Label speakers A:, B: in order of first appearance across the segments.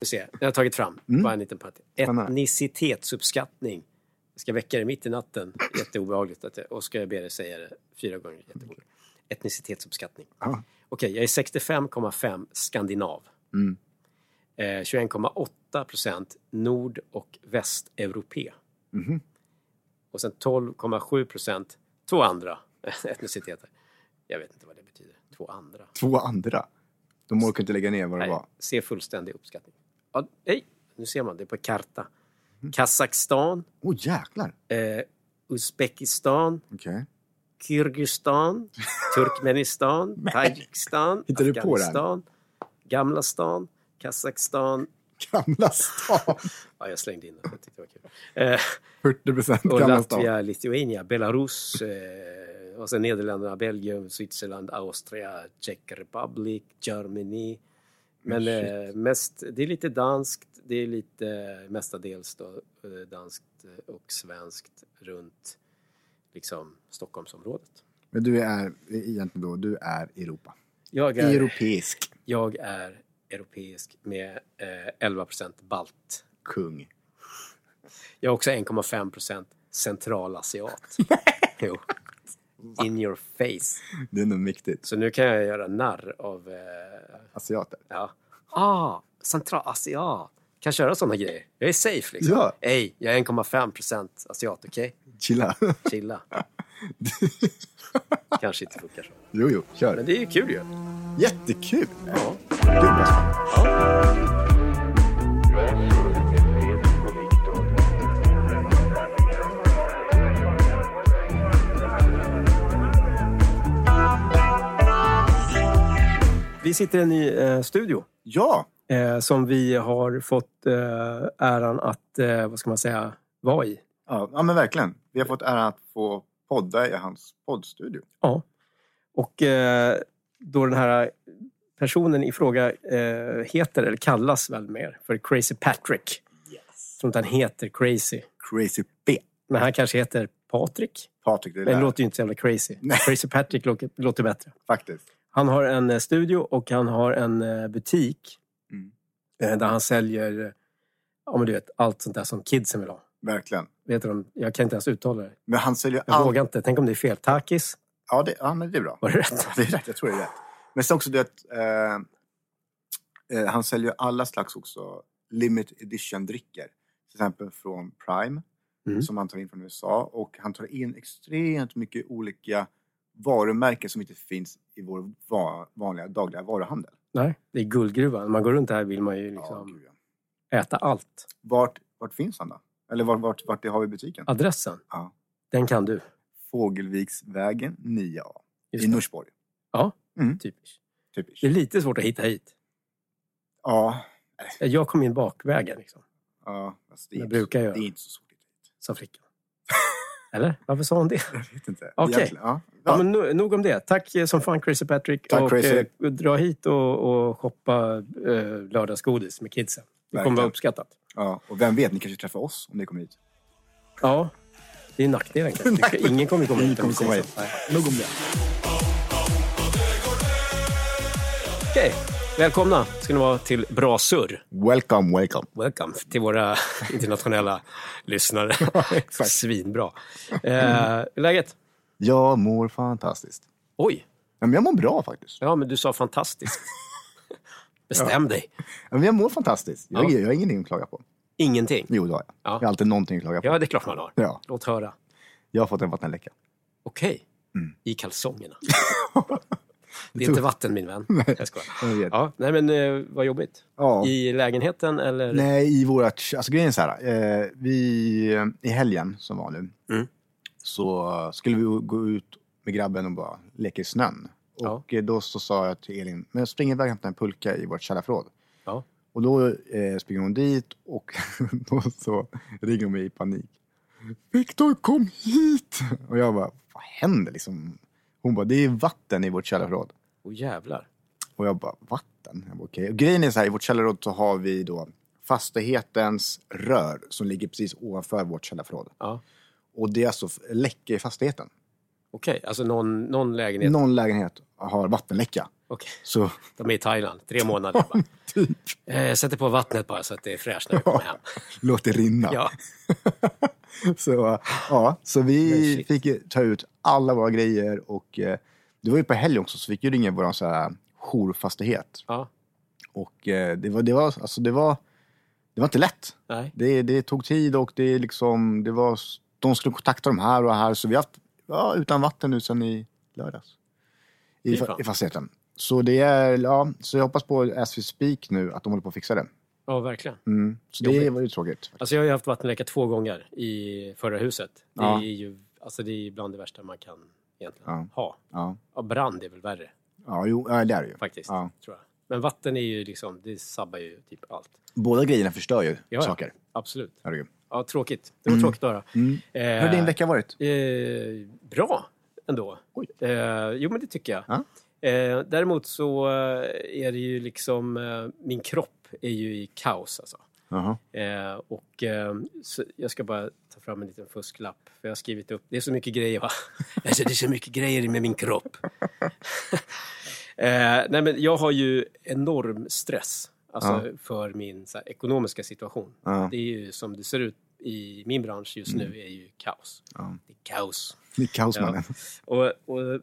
A: vi se, jag har tagit fram,
B: Mm.
A: bara en liten parti. Etnicitetsuppskattning. Jag ska väcka dig mitt i natten, jätteobehagligt. Att jag, och ska jag be dig säga det fyra gånger, jätteobehagligt. Etnicitetsuppskattning.
B: Ja.
A: Okej, jag är 65,5 skandinav.
B: Mm.
A: Eh, 21,8 procent nord och västeuropé.
B: Mhm.
A: Och sen 12,7 procent två andra etniciteter. Jag vet inte vad det betyder. Två andra.
B: Två andra. De orkar inte lägga ner vad det
A: Nej,
B: var.
A: se fullständig uppskattning. Ja, nej, nu ser man det på karta. Kazakstan,
B: Åh oh, jäklar!
A: eh, Uzbekistan,
B: Okej.
A: Kyrgyzstan, Turkmenistan, Tadzjikistan,
B: Hittar du på den?
A: Afghanistan, Gamla stan, Kazakstan.
B: Gamla stan!
A: Ja, jag slängde in den. Jag tyckte det var kul. Eh,
B: 40 procent
A: Och
B: Gamla stan.
A: Latvia, Lituania, Belarus, eh, och sen Nederländerna, Belgien, Switzerland, Austria, Czech Republic, Germany. Men
B: Men
A: eh, mest, det är lite danskt, det är lite eh, mestadels då, eh, danskt och svenskt runt liksom Stockholmsområdet.
B: Men du är egentligen då, du är Europa.
A: Jag är,
B: Europeisk
A: jag är europeisk med eh, 11 balt.
B: kung.
A: Jag är också 1,5 centralasiat. jo. In your face.
B: Det är nog mäktigt.
A: Så nu kan jag göra narr av... Eh,
B: Asiater.
A: ja. Ah, centralasiat. Kan köra sådana grejer. Jag är safe liksom.
B: Ja.
A: Ey, jag är 1,5 procent asiat, okej?
B: Chilla.
A: Chilla. Kanske inte funkar så.
B: jo, jo, kör.
A: Men det är ju kul ju.
B: Jättekul!
A: Ja.
B: Kul, alltså.
A: Vi sitter i en ny eh, studio
B: Ja!
A: eh, som vi har fått eh, äran att, eh, vad ska man säga, vara i.
B: ja! Ja, men verkligen. Vi har fått äran att få podda i hans poddstudio.
A: Ja. Och eh, då den här personen i fråga eh, heter, eller kallas väl mer, för Crazy Patrick. Jag tror inte han heter Crazy.
B: Crazy B.
A: Men han kanske heter Patrik.
B: Patrik, det
A: Men det
B: där.
A: låter ju inte så jävla crazy.
B: Nej.
A: Crazy Patrick låter, låter bättre.
B: Faktiskt.
A: Han har en eh, studio och han har en eh, butik
B: Mm.
A: eh, där han säljer eh, ja, men du vet, allt sånt där som kidsen vill ha.
B: Verkligen.
A: Vet du, de- jag kan inte ens uttala det.
B: Men han säljer
A: Jag
B: allt.
A: vågar inte. Tänk om det är fel. Takis.
B: Ja, det, ja, men det är bra.
A: Var det rätt?
B: Ja, det är rätt. Jag tror det är rätt. Men sen också, du vet. Eh, eh, han säljer alla slags också limited edition-drycker. Till exempel från Prime,
A: Mm.
B: som han tar in från USA. Och han tar in extremt mycket olika varumärken som inte finns i vår va- vanliga dagliga varuhandel.
A: Nej, det är guldgruvan. När man går runt här vill man ju
B: Ja,
A: liksom
B: gud, ja.
A: äta allt.
B: Vart, vart finns han då? Eller vart, vart, vart det har vi butiken?
A: Adressen,
B: Ja.
A: den kan du.
B: Fågelviksvägen 9A
A: Just
B: i
A: det.
B: Norsborg.
A: Ja,
B: Mm.
A: typiskt.
B: Typiskt.
A: Det är lite svårt att hitta hit.
B: Ja,
A: Jag kom in bakvägen, liksom,
B: ja alltså det, är
A: Jag
B: inte så-
A: brukar göra.
B: det är inte så svårt.
A: sa flickan. Eller? Varför sa hon det? Ja,
B: Jag vet inte.
A: Okej.
B: Egentligen, Ja.
A: men no, nog om det. Tack eh, som fan Crazy Patrick.
B: Tack,
A: och,
B: Crazy.
A: Eh, dra hit och, och shoppa eh, lördagsgodis med kidsen. Det kommer
B: Verkligen.
A: vara uppskattat.
B: Ja, och vem vet, ni kanske träffar oss om ni kommer hit.
A: Ja, det är nackdelen kanske. Ingen kommer komma hit. om vi
B: kommer komma
A: säger
B: hit.
A: så. Nej.
B: Nog om det.
A: Okej, välkomna ska ni vara till Bra Surr.
B: Welcome, welcome.
A: Welcome till våra internationella lyssnare.
B: exakt.
A: Svinbra. Eh, hur är läget?
B: Jag mår fantastiskt.
A: Oj,
B: Ja, men jag mår bra faktiskt.
A: ja men du sa fantastiskt. Bestäm dig.
B: Ja, men jag mår fantastiskt. Jag,
A: Ja.
B: jag har ingenting att klaga på.
A: Ingenting.
B: Jo, det har jag.
A: Ja.
B: Jag har alltid någonting att klaga på.
A: Ja, det är klart man har.
B: Ja,
A: Låt höra.
B: jag har fått en vattenläcka.
A: Okej.
B: Mm.
A: I kalsongerna. Det är inte vatten min vän. Jag skojar.
B: Jag vet.
A: Ja, nej men eh, vad jobbigt.
B: Ja.
A: I lägenheten eller?
B: Nej, i vårat... Alltså grejen är så här. Eh, vi, eh, I helgen som var nu
A: Mm.
B: så skulle vi gå ut med grabben och bara leka i snön. Och eh, då så sa jag till Elin, men jag springer iväg och hämtar en pulka i vårt källarförråd.
A: Ja.
B: Och då eh, springer hon dit och då så ringer hon mig i panik. Viktor kom hit! Och jag bara, vad händer liksom? Hon bara, det är vatten i vårt källarförråd.
A: Åh jävlar.
B: Och jag bara, vatten? Jag bara, okej. Och grejen är så här, i vårt källarförråd så har vi då fastighetens rör som ligger precis ovanför vårt källarförråd.
A: Ja.
B: Och det är alltså f- läcka i fastigheten.
A: Okej, alltså någon, någon lägenhet.
B: Någon lägenhet har vattenläcka.
A: Okej.
B: Så
A: De är i Thailand, tre månader bara.
B: typ,
A: Eh, sätter på vattnet bara så att det är fräscht när vi kommer hem.
B: låt det rinna.
A: Ja,
B: Så, ja, så
A: Men
B: vi
A: shit.
B: fick ju ta ut alla våra grejer och eh, det var ju på helgen också så vi fick ju ringa vår så här jourfastighet.
A: ja,
B: Och eh, det var, det var, alltså det var, det var inte lätt.
A: nej.
B: Det, det tog tid och det är liksom, det var, de skulle kontakta de här och här så vi har haft, ja, utan vatten nu sedan i lördags. I,
A: Fy fan.
B: fa- I fastigheten. Så det är, ja, så jag hoppas på as we speak nu att de håller på att fixa det.
A: Ja, verkligen.
B: Mm. Så det
A: Jobbigt.
B: var ju tråkigt.
A: Alltså jag har ju haft vattenläcka två gånger i förra huset. Det
B: Ja.
A: är ju alltså det är bland det värsta man kan egentligen
B: Ja.
A: ha.
B: Ja,
A: Ja, brand är väl värre
B: ja jo, ja, det är det ju.
A: faktiskt,
B: Ja.
A: tror jag. Men vatten är ju liksom, det sabbar ju typ allt.
B: Båda grejerna förstör ju
A: ja.
B: saker.
A: Absolut.
B: Herregud.
A: Ja, tråkigt. Det var tråkigt att höra.
B: Mm.
A: Eh,
B: Hur har din vecka varit?
A: Eh, bra ändå.
B: Oj.
A: Eh, jo, men det tycker jag.
B: Ja.
A: Eh, däremot så eh, är det ju liksom, eh, min kropp är ju i kaos alltså.
B: Jaha.
A: Eh, och eh, så jag ska bara ta fram en liten fusklapp. För jag har skrivit upp, det är så mycket grejer va? Alltså det är så mycket grejer med min kropp. eh, nej men jag har ju enorm stress. Alltså för min så här, ekonomiska situation.
B: Ja. Mm.
A: Det är ju som det ser ut i min bransch just nu är ju kaos.
B: Ja.
A: Det är kaos.
B: Det är kaos,
A: Ja.
B: mannen.
A: Och, och,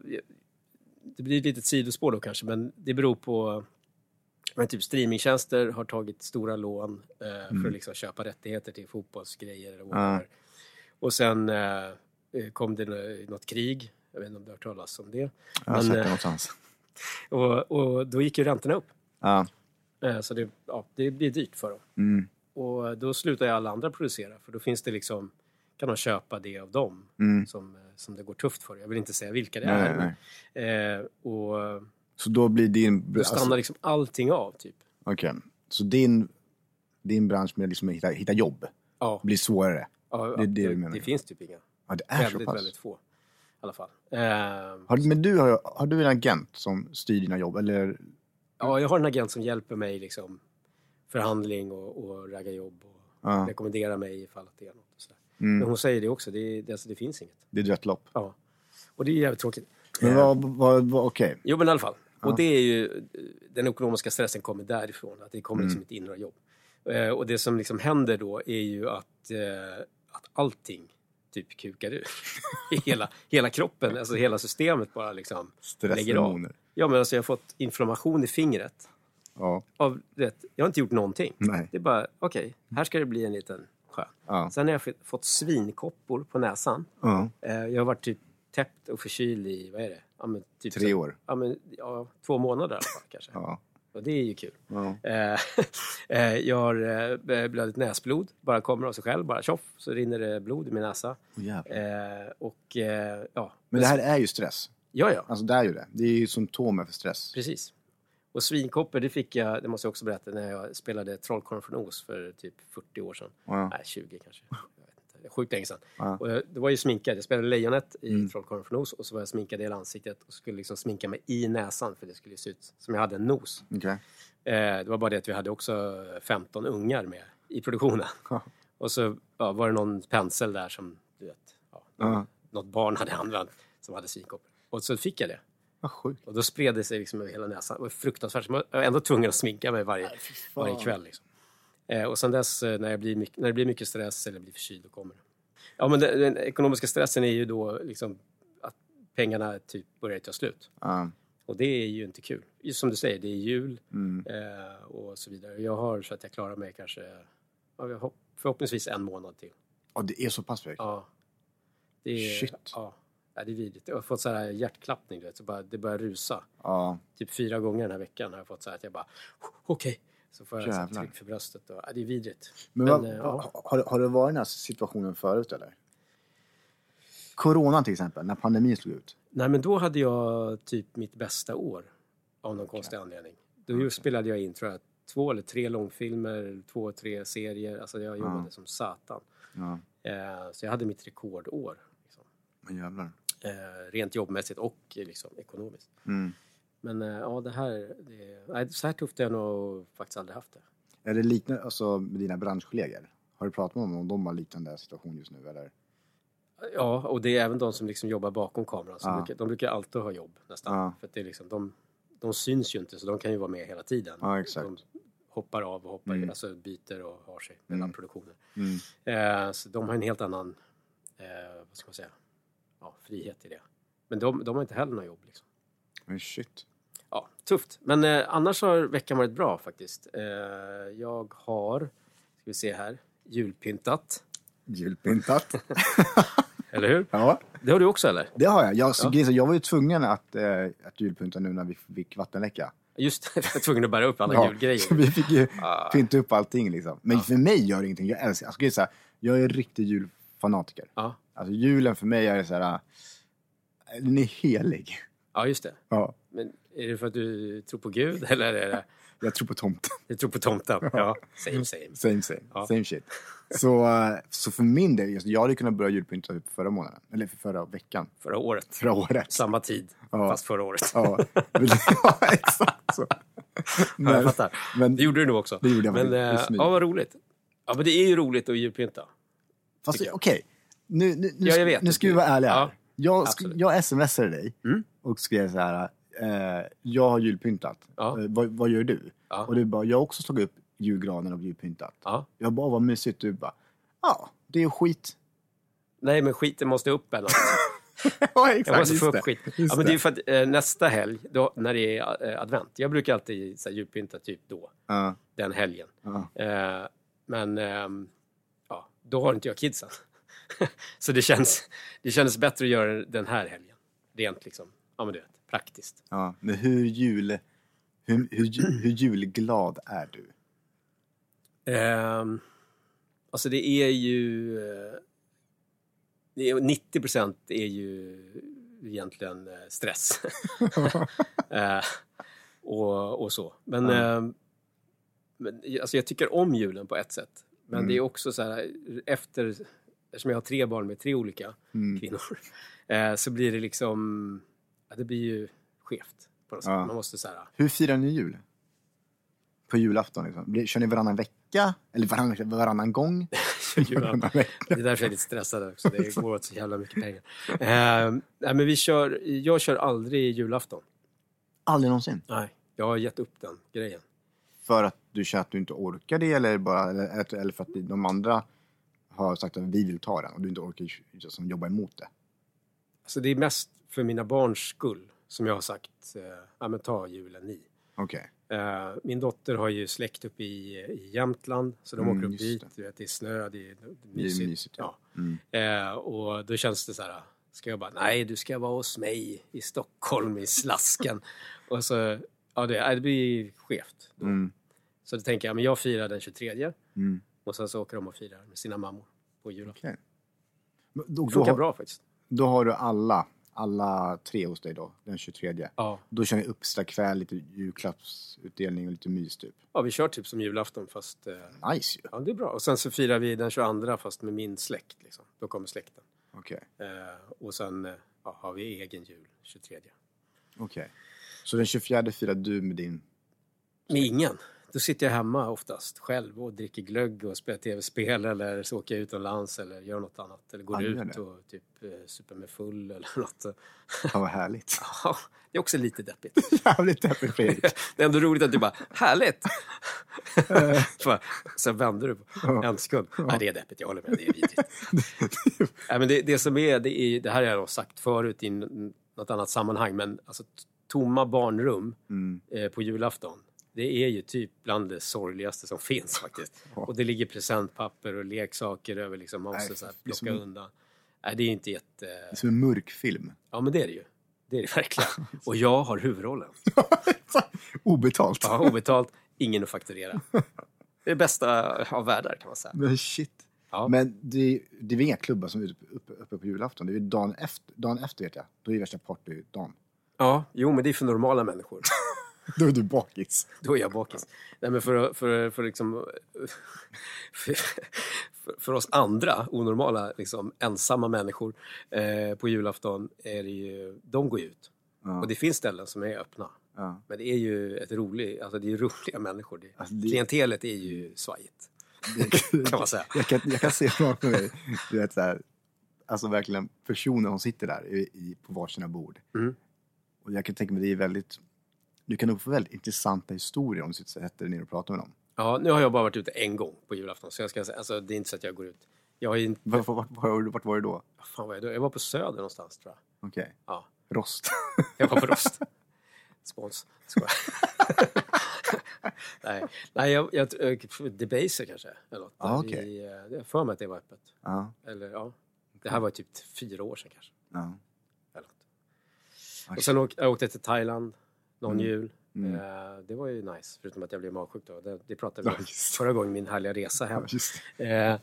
A: det blir ett litet sidospår då kanske, men det beror på... Men typ streamingtjänster har tagit stora lån eh,
B: Mm.
A: för att liksom köpa rättigheter till fotbollsgrejer eller whatever. Och sen eh, kom det nå- något krig, jag vet inte om du har hört talas om det.
B: Jag har sett
A: Men,
B: det
A: eh,
B: någonstans.
A: och, och då gick ju räntorna upp,
B: Ja.
A: eh, så det, ja, det blir dyrt för dem.
B: Mm.
A: Och då slutar ju alla andra producera, för då finns det liksom, kan de köpa det av dem
B: Mm.
A: som, eh, som det går tufft för. Jag vill inte säga vilka det
B: Nej,
A: är.
B: nej, nej.
A: Eh, och
B: Så då blir din...
A: då
B: alltså-
A: stannar liksom allting av, typ.
B: Okej. Så din, din bransch med liksom att hitta, hitta jobb
A: Ja,
B: blir svårare?
A: ja,
B: det är det du menar.
A: det finns typ inga.
B: Ja, det är så
A: Väldigt,
B: pass.
A: väldigt få. I alla fall. Eh,
B: Har, men du har, har du en agent som styr dina jobb? Eller?
A: ja, jag har en agent som hjälper mig liksom förhandling och, och ragga jobb och
B: Ja,
A: rekommenderar mig ifall att det är något. Och sådär. Men
B: mm,
A: hon säger det också, det, är- det, alltså, det finns inget.
B: det är ett rätt lopp.
A: Ja. Och det är jävligt tråkigt.
B: Men
A: Eh,
B: vad, vad, vad okej.
A: Jo, men i alla fall.
B: Ja.
A: Och det är ju, den ekonomiska stressen kommer därifrån, att det kommer liksom
B: Mm.
A: ett inre jobb. Eh, och det som liksom händer då är ju att, eh, att allting typ kukar ur. hela, hela kroppen, alltså hela systemet bara liksom. lägger av.
B: Stressdemoner.
A: Ja, men alltså jag har fått inflammation i fingret.
B: Ja,
A: Av, du vet, jag har inte gjort någonting.
B: nej.
A: Det är bara, okej, här ska det bli en liten sjö.
B: Ja.
A: Sen har jag fått- fått svinkoppor på näsan.
B: Ja.
A: Eh, jag har varit typ täppt och förkyld i, vad är det? Ja, men typ
B: Tre
A: så-
B: år.
A: Ja, men, ja, två månader i alla fall, kanske.
B: Ja.
A: Och det är ju kul.
B: Ja.
A: Eh, eh, jag har eh, blödigt näsblod, bara kommer av sig själv, bara tjoff, så rinner det blod i min näsa.
B: Åh, jävlar.
A: Eh, och eh, ja.
B: men det här är ju stress.
A: Ja, ja,
B: Alltså det är ju det. Det är ju symptomen för stress.
A: precis. Och svinkoppor, det fick jag, det måste jag också berätta, när jag spelade Trollkarlen från Oz för typ 40 år sedan.
B: Ja.
A: Nej, 20 kanske. Jag vet inte. Det är Sjukt länge sedan.
B: Ja.
A: Och jag, det var ju sminkad. Jag spelade Lejonet i
B: Mm.
A: Trollkarlen från Oz och så var jag sminkad i hela ansiktet och skulle liksom sminka mig i näsan för det skulle ju se ut som jag hade en nos.
B: Okej.
A: Eh, Det var bara det att vi hade också 15 ungar med i produktionen.
B: Ja.
A: Och så ja, var det någon pensel där som, du vet, ja,
B: Ja.
A: något barn hade använt som hade svinkoppor. Och så fick jag det.
B: Vad sjukt.
A: Och då spred det sig liksom över hela näsan. Det var fruktansvärt. Jag var ändå tvungen att sminka mig varje, varje kväll. Liksom. Eh, och sen dess, eh, när, jag blir mycket, när det blir mycket stress eller blir förkyld, då kommer det. Ja, men den, den ekonomiska stressen är ju då liksom att pengarna typ börjar ta slut.
B: Ja.
A: Och det är ju inte kul. Just som du säger, det är jul.
B: Mm.
A: Eh, och så vidare. Jag har så att jag klarar mig kanske ja, jag hopp- förhoppningsvis en månad till.
B: Ja, det är så pass mycket.
A: Ja. Det är,
B: Shit.
A: Ja, Ja, det är vidrigt. Jag har fått så här hjärtklappning, du vet, så bara, det börjar rusa.
B: Ja.
A: Typ fyra gånger den här veckan har jag fått så här att jag bara okej. Så får jag så här
B: Jävlar.
A: tryck för bröstet. Och, ja, det är vidrigt.
B: Men,
A: Men,
B: vad,
A: eh,
B: har- har, har det varit den här situationen förut eller? Corona till exempel, när pandemin slog ut.
A: Nej, men då hade jag typ mitt bästa år av någon konstig anledning. Då ju spelade jag in, tror jag, två eller tre långfilmer, två, tre serier. Alltså jag jobbade som satan.
B: Ja,
A: Eh, så jag hade mitt rekordår. Liksom.
B: men jävlar.
A: eh, rent jobbmässigt och eh, liksom, ekonomiskt.
B: Mm.
A: Men eh, ja, det här... Det, nej, så här tufft har jag nog faktiskt aldrig haft det.
B: Är det liknande, alltså med dina branschkollegor? Har du pratat med dem om de har liknande situation just nu eller?
A: Ja, och det är även de som liksom jobbar bakom kameran. Som
B: Ja.
A: brukar, de brukar alltid ha jobb nästan.
B: Ja.
A: För att det är liksom, de, de syns ju inte så de kan ju vara med hela tiden.
B: Ja, exakt.
A: De hoppar av och hoppar,
B: Mm.
A: alltså byter och har sig mellan
B: Mm.
A: produktioner.
B: Mm.
A: Eh, så de har en helt annan, eh, vad ska man säga, ja, frihet i det. Men de, de har inte heller något jobb. Liksom.
B: Men shit.
A: Ja, tufft. Men eh, annars har veckan varit bra faktiskt. Eh, jag har, ska vi se här, julpyntat.
B: Julpyntat.
A: Eller hur?
B: ja,
A: Det har du också eller?
B: det har jag. Jag,
A: Ja.
B: så, grejen är, jag var ju tvungen att, eh, att julpynta nu när vi fick vattenläcka.
A: Just det, jag är tvungen att bära upp alla
B: så
A: julgrejer.
B: vi fick ju
A: Ah.
B: pynta upp allting liksom. Men för mig gör det ingenting. Jag älskar, alltså, grejen är så här, jag är en riktig julfanatiker.
A: Ja.
B: Alltså julen för mig är så här, äh, den är helig.
A: ja, just det.
B: Ja,
A: Men är det för att du tror på Gud eller är det,
B: jag tror på tomten.
A: du tror på tomten? Ja, same same.
B: Same same,
A: Ja.
B: same shit. Så, eh, så för min del, just, jag hade kunnat börja julpynta typ förra månaden, eller för förra veckan,
A: Förra året,
B: förra året.
A: samma tid,
B: Ja.
A: fast förra året.
B: Ja, ja exakt så.
A: Ja, jag
B: Men,
A: fattar.
B: men,
A: Det gjorde du nog också.
B: Det gjorde jag
A: men,
B: faktiskt.
A: eh,
B: Det är snyggt.
A: Ja, vad roligt. Ja, men det är ju roligt att julpynta.
B: fast
A: tycker
B: okej,
A: jag.
B: nu, nu, nu,
A: Ja, jag
B: ska-
A: vet.
B: nu ska vi vara ärliga.
A: Ja,
B: här. jag, sk-
A: absolut.
B: jag smsade dig
A: Mm.
B: och skrev så här, eh, jag har julpyntat,
A: Ja.
B: eh, vad, vad gör du?
A: Ja.
B: Och du bara, jag har också slagit upp julgranen och julpyntat.
A: Ja.
B: Jag bara, "Ah, vad mysigt. Du bara, ja, det är skit.
A: Nej, men skiten måste upp alltså. eller något.
B: ja,
A: Jag måste få upp
B: det.
A: skit.
B: Just
A: Ja, men det är för att eh, nästa helg, då, när det är eh, advent. Jag brukar alltid så här, julpynta typ då,
B: Ja,
A: den helgen.
B: ja.
A: Eh, men ehm, ja, då har inte jag kidsen. så det känns, det kändes bättre att göra det den här helgen. Rent liksom, ja men du vet, praktiskt.
B: Ja, men hur, jul, hur, hur, ju- hur julglad är du?
A: Ehm, alltså det är ju... eh, det är- 90 procent är ju egentligen eh, stress. Eh, och, och så. Men,
B: Ja.
A: ehm, men alltså jag tycker om julen på ett sätt. Men
B: Mm.
A: det är också så här, efter, eftersom jag har tre barn med tre olika
B: Mm.
A: kvinnor, eh, så blir det liksom, ja, det blir ju skevt på något sätt.
B: Ja.
A: Man måste så här,
B: Hur firar ni jul? På julafton liksom? Blir- Kör ni varannan vecka? Eller varannan, varannan gång?
A: julen,
B: vecka?
A: Det är därför jag är lite stressad också. Det går åt så jävla mycket pengar. Eh, nej, men vi kör, jag kör aldrig julafton.
B: Aldrig någonsin?
A: Nej. Jag har gett upp den grejen.
B: För att du känner att du inte orkar det eller, bara, eller, att- eller för att de andra har sagt att vi vill ta den och du inte orkar som jobba emot det?
A: Alltså, det är mest för mina barns skull som jag har sagt, eh, ja, men ta julen ni.
B: Okej.
A: Eh, min dotter har ju släkt uppe i, i Jämtland, så de
B: Mm,
A: åker upp dit.
B: just det.
A: Du vet, det är snö, det är
B: Det är
A: mysigt.
B: mysigt,
A: ja.
B: ja. Mm.
A: Eh, och då känns det så här, ska jag bara, nej du ska vara hos mig i Stockholm i slasken. och så, ja det, nej, det blir skevt. Då.
B: Mm.
A: Så då tänker jag, men jag firar den 23
B: Mm.
A: och sen så åker de och firar med sina mammor på julafton.
B: Okej. Men
A: Det
B: Då, då,
A: funkar
B: har-
A: bra faktiskt.
B: då har du alla, alla tre hos dig då, den 23?
A: Ja.
B: Då kör ni uppstakväll, lite julklappsutdelning och lite mys typ.
A: ja, vi kör typ som julafton fast eh,
B: Nice ju!
A: ja, det är bra. Och sen så firar vi den 22 fast med min släkt. Liksom. Då kommer släkten.
B: Okej.
A: Eh, och sen eh, ja, har vi egen jul 23.
B: okej. Så den 24 firar du med din...
A: Med ingen. Då sitter jag hemma oftast själv och dricker glögg och spelar tv-spel eller så åker jag utomlands eller gör något annat. Eller går
B: Ja, gör
A: ut
B: det.
A: och typ eh, super mig full eller något.
B: Ja, vad härligt!
A: Ja, det är också lite deppigt.
B: Jävligt happy Fredrik!
A: Det är ändå roligt att du bara, härligt! Bara, Sen vänder du på en sekund. Nej, det är deppigt, jag håller med. Det är vidrigt. Nej, men det, det som är, det är, det här har jag nog sagt förut i n- något annat sammanhang, men alltså t- tomma barnrum
B: Mm.
A: eh, på julafton, det är ju typ bland det sorgligaste som finns faktiskt.
B: Ja.
A: Och det ligger presentpapper och leksaker över liksom, man måste
B: Nej,
A: så här
B: det är
A: plocka
B: som-
A: undan. Nej, det är inte jätte...
B: Det är som en mörk film.
A: Ja, men det är det ju. Det är det verkligen. Och jag har huvudrollen.
B: Obetalt!
A: Ja, obetalt, ingen att fakturera. Det är det bästa av världar kan man säga.
B: Men shit!
A: Ja.
B: Men det, det är väl inga klubbar som är uppe, uppe, uppe på julafton? Det är ju dagen efter, dagen efter vet jag. Då är det värsta partydagen.
A: ja, jo men det är för normala människor.
B: Då är du bakis.
A: Då är jag bakis. Nej men för, för, för liksom... För, för- för oss andra, onormala, liksom, ensamma människor eh, på julafton är det ju... De går ju ut.
B: Ja.
A: Och det finns ställen som är öppna.
B: Ja.
A: Men det är ju ett roligt, alltså det är ju roliga människor. Det,
B: Alltså, det-
A: Klientelet är ju svajigt, kan man säga.
B: Jag kan, jag kan se framför mig, du vet så här, alltså verkligen personer som sitter där i, i, på varsina bord.
A: Mm.
B: Och jag kan tänka mig det är väldigt Du kan nog få väldigt intressanta historier om du sätter dig ner och pratar med dem.
A: Ja, nu har jag bara varit ute en gång på julafton, så jag ska säga, alltså det är inte så att jag går ut. Jag har ju inte,
B: Vart, vart, vart, vart var du då?
A: vad fan var jag då? Jag var på Söder någonstans tror jag.
B: Okej.
A: Ja,
B: Rost.
A: jag var på Rost. Spons. Skojar. Nej, Nej jag, jag, Debaser kanske. Eller något.
B: Ja,
A: Där
B: Ah, okej.
A: vi, eh, Jag har för mig att det var öppet.
B: ja,
A: Eller ja, det här var typ fyra år sedan kanske.
B: ja.
A: Eller något. Och sen åk, jag åkte till Thailand någon
B: Mm.
A: jul.
B: Mm.
A: Eh, Det var ju nice, förutom att jag blev magsjuk då. Det, det pratade vi
B: Ja,
A: om
B: just
A: förra gången, min härliga resa hem.
B: Ja, just det.
A: Eh,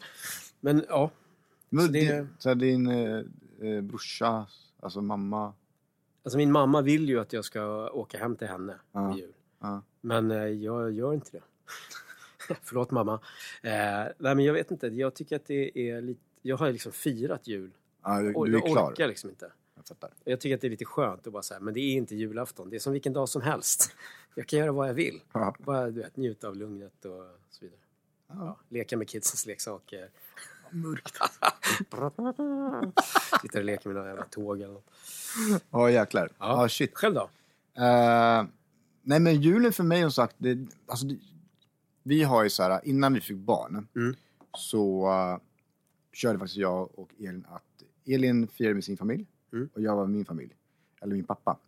A: Men ja,
B: Men
A: Så
B: det,
A: det-
B: så här, din eh, eh, brorsa, alltså mamma.
A: alltså min mamma vill ju att jag ska åka hem till henne
B: Ja.
A: på jul.
B: Ja.
A: Men eh, jag gör inte det. Förlåt mamma. Eh, nej men jag vet inte, jag tycker att det är lite... Jag har ju liksom firat jul.
B: Ja, du,
A: Och
B: du är
A: jag
B: klar.
A: orkar liksom inte.
B: Jag fattar.
A: Jag tycker att det är lite skönt att bara säga, men det är inte julafton. Det är som vilken dag som helst. Jag kan göra vad jag vill.
B: Ja.
A: Bara du vet, njuta av lugnet och så vidare.
B: Ja.
A: Leka med kidsens leksaker.
B: Mörkt.
A: Sitta och leka med några jävla tåg eller något.
B: Ja, jäklar. Ja,
A: Ja.
B: shit.
A: Själv då?
B: Eh, nej, men julen för mig som sagt, det, alltså, det, vi har ju så här, innan vi fick barn
A: Mm.
B: så eh, körde faktiskt jag och Elin att Elin firade med sin familj
A: Mm.
B: och jag var med min familj, eller min pappa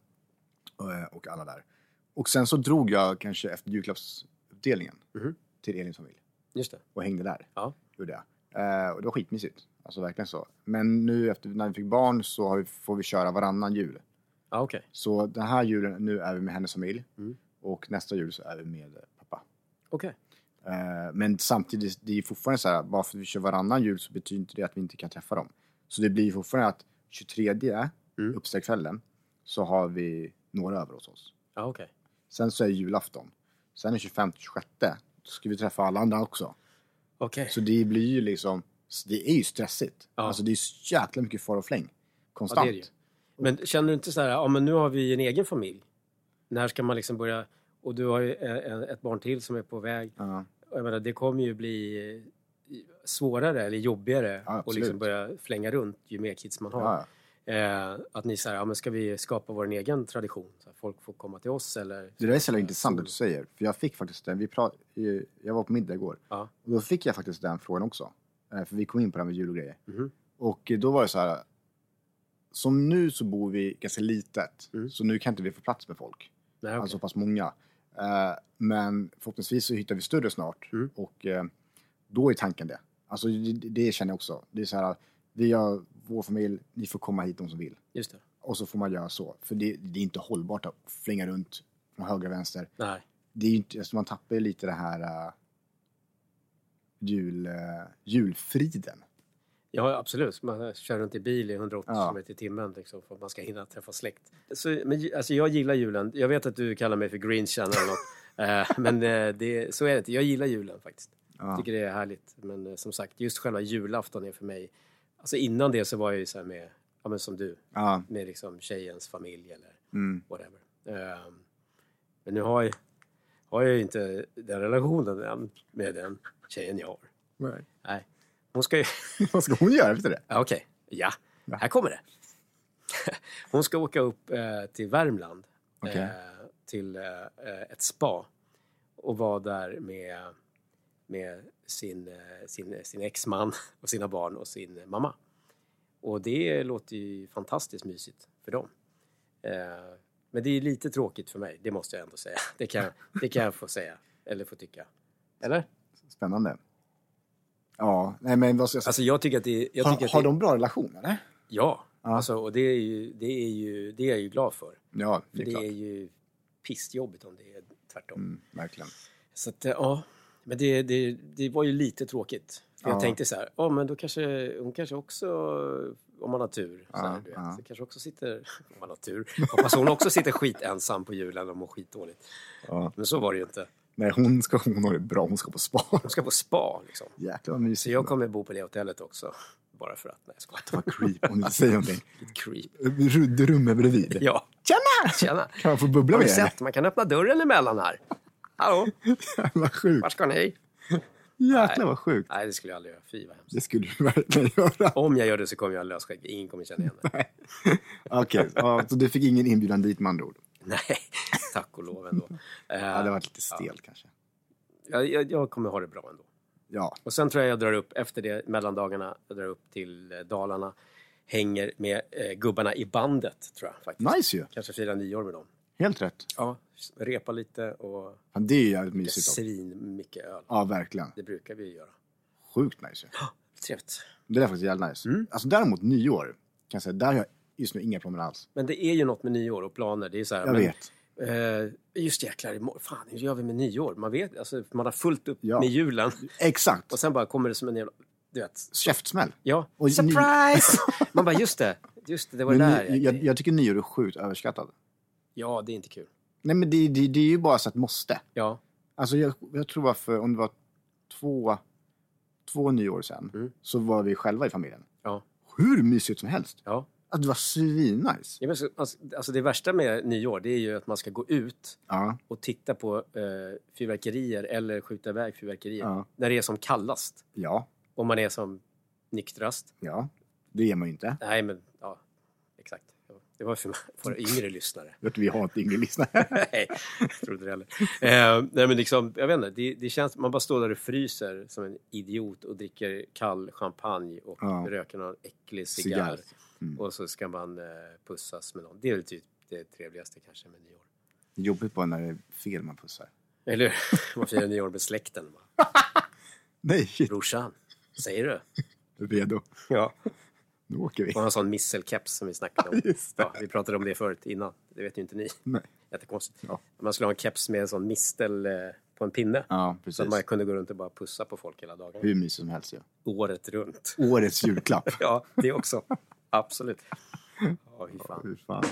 B: eh, och alla där. Och sen så drog jag kanske efter julklappsutdelningen
A: Mhm.
B: till Elins familj
A: Just det.
B: och hängde där.
A: Ja.
B: Gjorde jag. Eh, och det var skitmysigt. Alltså verkligen så. Men nu efter, när vi fick barn så har vi, får vi köra varannan jul.
A: Ja, okej.
B: Så den här julen, nu är vi med hennes familj.
A: Mm.
B: Och nästa jul så är vi med eh, pappa.
A: Okej.
B: Eh, men samtidigt, det är ju fortfarande så här, bara för att vi kör varannan jul så betyder inte det att vi inte kan träffa dem. Så det blir ju fortfarande att 23
A: Mm.
B: uppstegskvällen, så har vi några över hos oss.
A: Ja, okej.
B: Sen så är det julafton. Sen den 25 26 så ska vi träffa alla andra också.
A: Okej.
B: Så det blir ju liksom, det är ju stressigt.
A: Ja.
B: Alltså det är så jäkla mycket far och fläng.
A: Ja,
B: Konstant.
A: det är det ju. Men känner du inte så här, ja men nu har vi en egen familj. När ska man liksom börja? Och du har ju eh, ett barn till som är på väg.
B: Ja.
A: Och Jag menar, det kommer ju bli eh, svårare eller jobbigare
B: Ja,
A: att
B: absolut.
A: liksom börja flänga runt ju mer kids man har.
B: Ja.
A: Eh, att ni säger, ja men ska vi skapa vår egen tradition? Så att folk får komma till oss eller?
B: Det där är så jävla intressant att du säger. För jag fick faktiskt den, vi prat, eh, jag var på middag igår.
A: Ja.
B: Och då fick jag faktiskt den frågan också. Eh, För vi kom in på det här med jul och grejer.
A: Mhm.
B: Och eh, då var det så här. Som nu så bor vi ganska litet.
A: Mm.
B: Så nu kan inte vi få plats med folk.
A: Nej, okej.
B: Alltså så pass många. Eh, Men förhoppningsvis så hittar vi större snart.
A: Mm.
B: Och eh, då är tanken det. Alltså det, det känner jag också. Det är så här. Vi har vår familj, ni får komma hit de som vill.
A: Just det.
B: Och så får man göra så. För det, det är inte hållbart att flänga runt från höger och vänster
A: Nej.
B: det är ju inte, alltså man tappar ju lite det här eh, jul, eh, julfriden.
A: Ja, absolut. Man kör runt i bil i 180
B: Ja.
A: km i timmen liksom, för att man ska hinna träffa släkt. Så, men, ju- alltså, jag gillar julen. Jag vet att du kallar mig för Grinchen eller något. Eh, men eh, det, så är det inte. Jag gillar julen faktiskt.
B: Ja.
A: tycker det är härligt. Men eh, som sagt, just själva julafton är för mig... Alltså innan det så var jag ju så här med, ja men som du,
B: Ja,
A: med liksom tjejens familj eller
B: mm.
A: whatever. Ehm, men nu har jag, har jag ju inte den relationen än med den tjejen jag har. Nej. Hon ska ju...
B: Vad ska hon göra efter det?
A: Ja, Okej, ja.
B: Ja.
A: Här kommer det. Hon ska åka upp eh, till Värmland.
B: Okej.
A: Eh, till eh, eh, ett spa. Och vara där med, med sin, eh, sin, sin exman och sina barn och sin mamma. Och det låter ju fantastiskt mysigt för dem. Eh, men det är lite tråkigt för mig, det måste jag ändå säga. Det kan, det kan jag få säga, eller få tycka. Eller?
B: Spännande. Ja, nej men vad ska jag säga?
A: Alltså jag tycker att det... Jag
B: har
A: tycker att
B: har
A: det,
B: de bra relation eller?
A: Ja,
B: Ja.
A: Alltså, och det är, ju, det, är ju, det är jag ju glad för.
B: Ja, det
A: För
B: är
A: det är,
B: klart.
A: ju pissjobbigt om det är tvärtom.
B: Mm, verkligen.
A: Så att, eh, ja. Men det, det, det var ju lite tråkigt. För
B: Ja.
A: Jag tänkte så här, ja men då kanske hon kanske också, om man har tur, så,
B: Ja,
A: här, du vet,
B: ja.
A: så kanske också sitter, om man har tur, hoppas hon också sitter skitensam på julen och mår skitdåligt.
B: Ja.
A: Men så var det ju inte.
B: Nej, hon ska hon har det bra, hon ska på spa.
A: Hon ska på spa liksom.
B: Jäklar vad
A: Så
B: mysigt.
A: jag kommer bo på det hotellet också. Bara för att, nej jag skojar.
B: Vad creep om du inte säger någonting.
A: Lite creep.
B: Rudde rummet bredvid.
A: Ja,
B: Tjena!
A: tjena!
B: Kan man få bubbla
A: Har
B: med
A: ni
B: henne?
A: sett? Man kan öppna dörren emellan här. Hallå,
B: Jävla sjukt.
A: vart ska ni?
B: Jäklar vad sjukt.
A: Nej, det skulle jag aldrig göra. Fy vad hemskt.
B: Det skulle du verkligen göra.
A: Om jag gör det så kommer jag ha lösskägg. Ingen kommer känna igen mig.
B: Okej, ja, så du fick ingen inbjudan dit med andra ord?
A: Nej, tack och lov ändå. Eh,
B: Det hade varit lite stelt kanske.
A: jag, jag, jag kommer ha det bra ändå.
B: Ja,
A: Och sen tror jag jag drar upp efter det, mellandagarna, jag drar upp till eh, Dalarna. Hänger med eh, gubbarna i bandet, tror jag faktiskt.
B: nice ju.
A: Kanske firar nyår med dem.
B: Helt rätt.
A: Ja. Repa lite och
B: Fan, det är ju jävligt mysigt. också.
A: svin mycket öl.
B: Ja, verkligen.
A: Det brukar vi ju göra.
B: Sjukt nice ju.
A: Trevligt.
B: Det är faktiskt jävligt nice.
A: Mm.
B: Alltså däremot nyår, kan jag säga, där har jag just nu inga planer alls.
A: Men det är ju något med nyår och planer. Det är så här,
B: Jag
A: men,
B: vet.
A: Eh, just jäklar, imorgon- fan hur gör vi med nyår? Man vet, alltså, man har fullt upp
B: Ja.
A: med julen.
B: Exakt.
A: Och sen bara kommer det som en jävla, du vet.
B: Käftsmäll.
A: Ja,
B: Och ny-
A: surprise! Man bara, just det, just det, det var
B: Men
A: det
B: ny-
A: där.
B: jag, jag tycker nyår är sjukt överskattat.
A: Ja, det är inte kul.
B: Nej men det, det, det är ju bara så att måste.
A: Ja,
B: Alltså jag, jag tror bara för, om det var två, två nyår sedan,
A: Mm.
B: så var vi själva i familjen.
A: ja,
B: Hur mysigt som helst.
A: ja.
B: Alltså det var svinnice.
A: ja men, så- alltså, alltså det värsta med nyår, det är ju att man ska gå ut
B: Ja.
A: och titta på eh, fyrverkerier eller skjuta iväg fyrverkerier.
B: Ja.
A: När det är som kallast.
B: Ja.
A: Om man är som nyktrast.
B: Ja. Det är man ju inte.
A: Nej, men ja, exakt. Det var för våra yngre lyssnare.
B: Jag tror Vi har inte yngre lyssnare.
A: Nej, jag trodde det heller. Eh, nej, men liksom, jag vet inte, det, det känns, man bara står där och fryser som en idiot och dricker kall champagne och
B: Ja.
A: röker någon äcklig cigarr.
B: Cigarr. Mm.
A: Och så ska man eh, pussas med någon. Det är väl typ det trevligaste kanske med nyår.
B: Det är jobbigt bara när det är fel man pussar.
A: Eller hur? Man firar nyår med släkten. va?
B: Nej, shit.
A: Brorsan, säger du?
B: Redo.
A: Ja.
B: Nu åker vi.
A: Och han sa en misselkeps som vi snackade om.
B: Just det.
A: Ja, vi pratade om det förut innan. Det vet ju inte ni.
B: Nej.
A: Jättekonstigt.
B: Ja.
A: Man skulle ha en keps med en sån mistel eh, på en pinne.
B: Ja,
A: Så att
B: precis.
A: man kunde gå runt och bara pussa på folk hela dagen.
B: Hur mysigt som helst ju.
A: Året runt.
B: Årets julklapp.
A: Ja, det också. Absolut. Ja, hur fan.
B: Hur fan.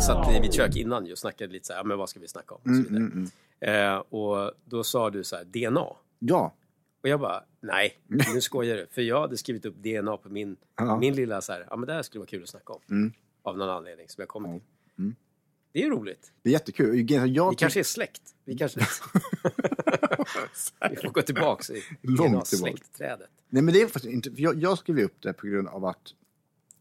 A: Satt i mitt kök innan ju och snackade lite så här, "Ja, men vad ska vi snacka om? Och,
B: Mm,
A: så vidare. Eh, och då sa du så här, DNA.
B: Ja.
A: Och jag bara, nej, nu skojar du. För jag hade skrivit upp DNA på min,
B: Mm. Ja.
A: min lilla så här, ja men det här skulle vara kul att snacka om.
B: Mm.
A: Av någon anledning som jag kommer
B: Ja.
A: till.
B: Mm.
A: Det är ju roligt.
B: Det är jättekul. Jag
A: Vi
B: tycker-
A: kanske är släkt. Vi kanske... vi får gå tillbaks i
B: Långt tillbaka.
A: DNA-släktträdet.
B: Nej, men det är faktiskt inte... för Jag, jag skrev upp det på grund av att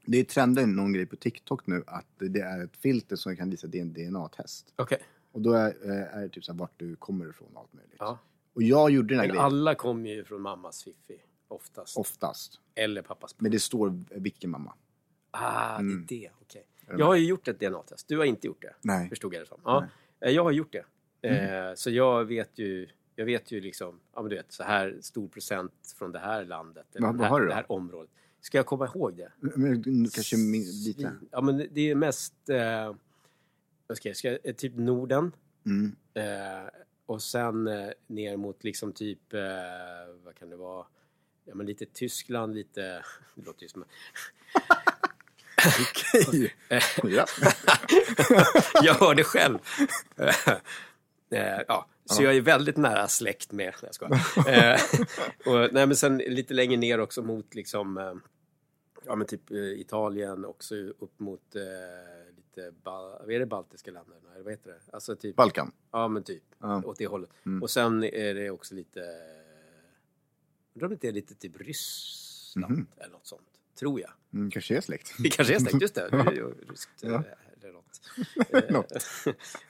B: det är trenden någon grej på TikTok nu att det är ett filter som kan visa din DNA-test.
A: Okej.
B: Och då är, eh, är det typ så här vart du kommer ifrån och allt möjligt.
A: Ja.
B: Och jag gjorde den här
A: Men
B: grejen
A: alla kommer ju från mammas fiffi, oftast.
B: oftast.
A: Eller pappas
B: Men det står vilken mamma.
A: Ah,
B: Mm.
A: det är det. Okej.
B: Är du
A: Jag har ju gjort ett DNA-test. Du har inte gjort det,
B: Nej. Mm.
A: förstod jag det som. Ja, eh, jag har gjort det. Eh, så jag vet ju, jag vet ju liksom, ja men du vet, så här stor procent från det här landet. Eller
B: Vad-
A: det,
B: vad
A: här,
B: har du då?
A: det här området. Ska jag komma ihåg det?
B: Men, du kanske min, lite.
A: Ja, men det är mest, eh, vad ska jag, ska jag, eh, typ Norden.
B: Mm.
A: Eh, och sen eh, ner mot liksom typ, eh, vad kan det vara? Ja men lite Tyskland, lite... Det låter ju som...
B: Okej. Mm. Ja.
A: jag hörde själv. Eh, ja, så
B: Ja.
A: jag är väldigt nära släkt med... Nej, Jag skojar. Eh, och, nej, men sen lite längre ner också mot liksom... eh, Ja, men typ eh, Italien också upp mot eh, lite... Ba- vad är det baltiska länderna? Eller vad heter det? Alltså typ...
B: Balkan.
A: Ja, men typ.
B: Ja.
A: Åt det hållet.
B: Mm.
A: Och sen är det också lite... Undrar om det inte är lite typ Ryssland
B: Mhm.
A: eller något sånt. Tror jag.
B: Mm, kanske är släkt.
A: Det kanske är släkt, just det. Det är ju Ryskt,
B: Ja.
A: eller något. Eh,
B: Något.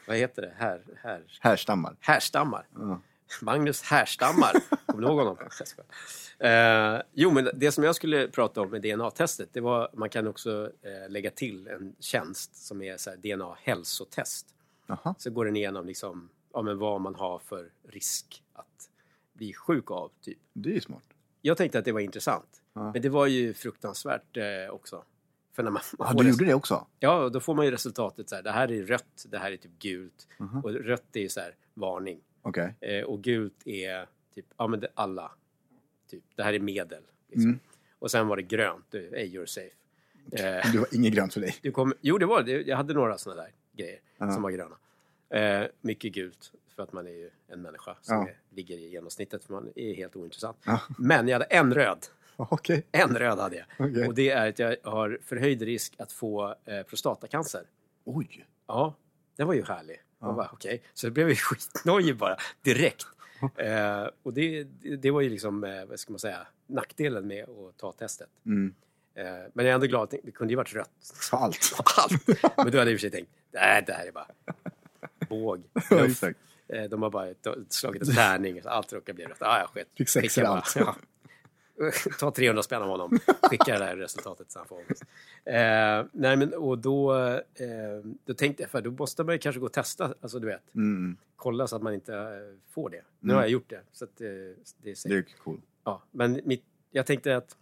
A: Vad heter det? Här, här.
B: Härstammar.
A: Härstammar.
B: Ja.
A: Magnus härstammar. Kommer du ihåg honom? Jag skojar. Eh, jo, men det som jag skulle prata om med DNA-testet, det var man kan också eh, lägga till en tjänst som är så här DNA-hälsotest.
B: Jaha.
A: Så går den igenom liksom, ja, men vad man har för risk att bli sjuk av. Typ.
B: Det är ju smart.
A: Jag tänkte att det var intressant.
B: Ja.
A: Men det var ju fruktansvärt eh, också. För när man, man
B: Ja,
A: får
B: du gjorde det också?
A: Ja, och då får man ju resultatet så här. Det här är rött, det här är typ gult.
B: Mhm.
A: Och rött är ju så här varning.
B: Okej.
A: Eh, och gult är typ, ja men det, alla. Typ, det här är medel. Liksom.
B: Mm.
A: Och sen var det grönt, du, hey, you're safe. Eh,
B: Det var inget grönt för dig.
A: du kom, jo, det var det. Jag hade några sådana där grejer
B: Ja.
A: som var gröna. Eh, mycket gult, för att man är ju en människa som
B: Ja.
A: är, ligger i genomsnittet, för man är helt ointressant.
B: Ja.
A: Men jag hade en röd.
B: Okej.
A: En röd hade jag.
B: Okej.
A: Och det är att jag har förhöjd risk att få eh, prostatacancer.
B: Oj.
A: Ja, den var ju härlig. Man
B: Ja.
A: bara, okej. Så det blev ju skitnojig bara, direkt. eh, och det, det var ju liksom, eh, vad ska man säga, nackdelen med att ta testet.
B: Mm.
A: Eh, men jag är ändå glad att det- det kunde ju varit rött.
B: För allt.
A: Allt. Men då hade jag i och för sig tänkt, nej det här är bara båg.
B: Ja,
A: bluff."
B: exakt.
A: Eh, De har bara t- slagit en tärning, så allt råkar bli rött. Ah, ja, skit.
B: Fick sex
A: Skicka
B: i
A: bara.
B: allt.
A: Ja. Ta 300 spänn av honom, skicka det där resultatet så han får ångest. Eh, nej, men och då, eh, då tänkte jag, för då måste man ju kanske gå och testa, alltså du vet,
B: Mm,
A: kolla så att man inte eh, får det. Nu har
B: Mm.
A: jag gjort det, så att eh, det är
B: det är
A: säkert.
B: ju cool.
A: Ja, men mitt, jag tänkte att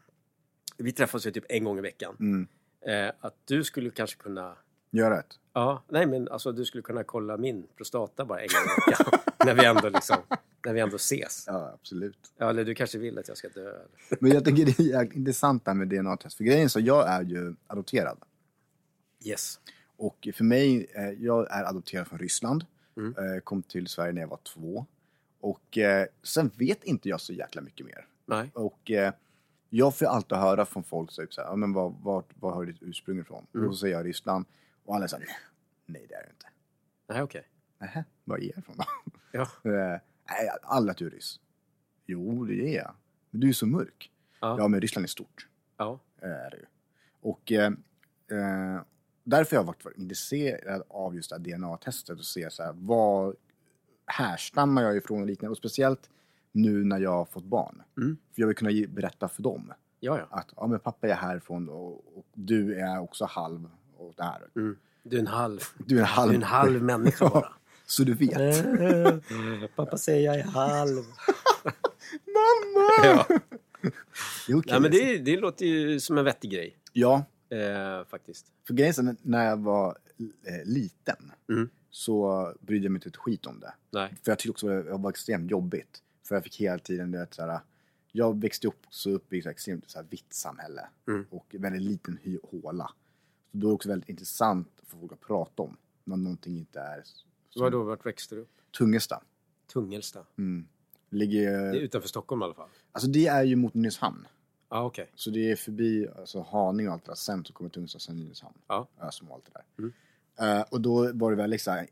A: vi träffas ju typ en gång i veckan.
B: Mm.
A: Eh, att du skulle kanske kunna
B: Gör rätt.
A: Ja, nej men alltså du skulle kunna kolla min prostata bara en gång i veckan. när, vi ändå liksom, när vi ändå ses.
B: Ja, absolut.
A: Ja, eller du kanske vill att jag ska dö. eller?
B: Men jag tycker det är jäkligt intressant det här med DNA-test. För grejen är så, jag är ju adopterad.
A: Yes.
B: Och för mig, eh, jag är adopterad från Ryssland.
A: Mm.
B: Eh, Kom till Sverige när jag var två. Och eh, sen vet inte jag så jäkla mycket mer.
A: Nej.
B: Och eh, jag får alltid höra från folk typ så här, "Ja, men var, var, var har du ditt ursprung ifrån?
A: Mm.
B: Och så säger jag Ryssland. Och alla säger nej det är det inte.
A: Nej, okej.
B: Nähä, var är jag ifrån då?
A: Ja.
B: Eh, Nej, alla att du är ryss. Jo, det är jag. Men du är så mörk.
A: Ja.
B: Ja, men Ryssland är stort.
A: Ja.
B: Eh, Är det ju. Och eh, eh, därför har jag varit varit intresserad av just det här DNA-testet och se så här, vad härstammar jag ifrån och liknande. Och speciellt nu när jag har fått barn.
A: Mm.
B: För jag vill kunna ge, berätta för dem
A: Ja, ja.
B: att ja, men pappa är härifrån och, och du är också halv och det här.
A: Mm. Du är en halv,
B: Du är en halv.
A: du är en halv människa bara.
B: Så du vet.
A: Pappa säger jag är halv.
B: Mamma!
A: Ja.
B: Det är okej.
A: Nej, men det, det låter ju som en vettig grej.
B: Ja,
A: Eh, faktiskt.
B: För grejen är så här, när jag var eh, liten
A: Mm.
B: så brydde jag mig inte ett skit om det.
A: Nej.
B: För jag tyckte också att det var extremt jobbigt. För jag fick hela tiden, du vet, så här, jag växte upp, så upp i ett extremt så här, vitt samhälle
A: Mm.
B: och en väldigt liten hy- håla. Så då är det också väldigt intressant för folk att prata om när någonting inte är s- som
A: Vadå, vart växte du upp?
B: Tungesta.
A: Tungelsta.
B: Mm. Ligger,
A: Det är
B: det...
A: utanför Stockholm i alla fall.
B: Alltså det är ju mot Nynäshamn.
A: Ja, ah, okej.
B: Så det är förbi alltså, Haninge och allt det där. Sen så kommer Tungsta, sen Nynäshamn.
A: Ja.
B: Ösmo och allt det där.
A: Mm.
B: Eh, och då var det väldigt så här,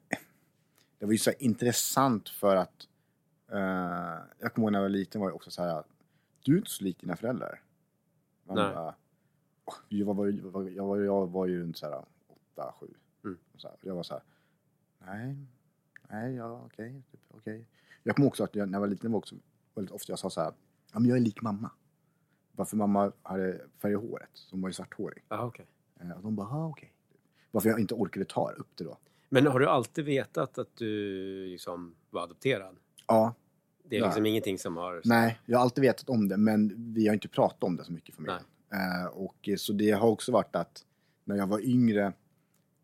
B: Det var ju så här intressant för att... eh, jag kommer ihåg när jag var liten var det också så här. Du är inte så lik dina föräldrar. Man
A: Nej.
B: bara, "Åh, jag, var, jag, var, jag, var, jag var ju runt så här åtta, sju.
A: Mm.
B: Och Så här, jag var så här. Nej, nej, ja, okej. typ, okej." Jag kommer också att jag, när jag var liten var också väldigt ofta jag sa så här. Ja, men jag är lik mamma. Varför mamma hade färg i håret. Så hon var ju svarthårig.
A: Ja, okej.
B: Eh, Och de bara, ah, okej. Varför jag inte orkade ta upp det då.
A: Men har du alltid vetat att du liksom var adopterad?
B: Ja,
A: Det är
B: Nej.
A: liksom ingenting som har...
B: nej, jag har alltid vetat om det men vi har inte pratat om det så mycket i familjen. Eh, och, eh, så det har också varit att när jag var yngre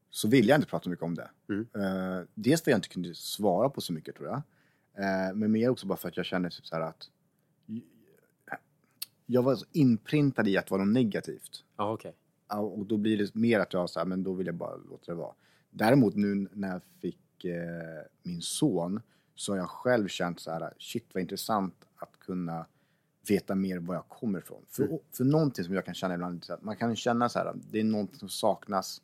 B: så ville jag inte prata så mycket om det.
A: Mm.
B: Eh, dels för att jag inte kunde svara på så mycket tror jag. Eh, men mer också bara för att jag kände typ så här att jag var så inprintad i att vara något negativt.
A: Ja, okej.
B: Ja, och då blir det mer att jag så här, men då vill jag bara låta det vara. Däremot nu när jag fick eh, min son så har jag själv känt så här, shit vad intressant att kunna veta mer var jag kommer ifrån. För, för någonting som jag kan känna ibland, så här, man kan känna så här, det är någonting som saknas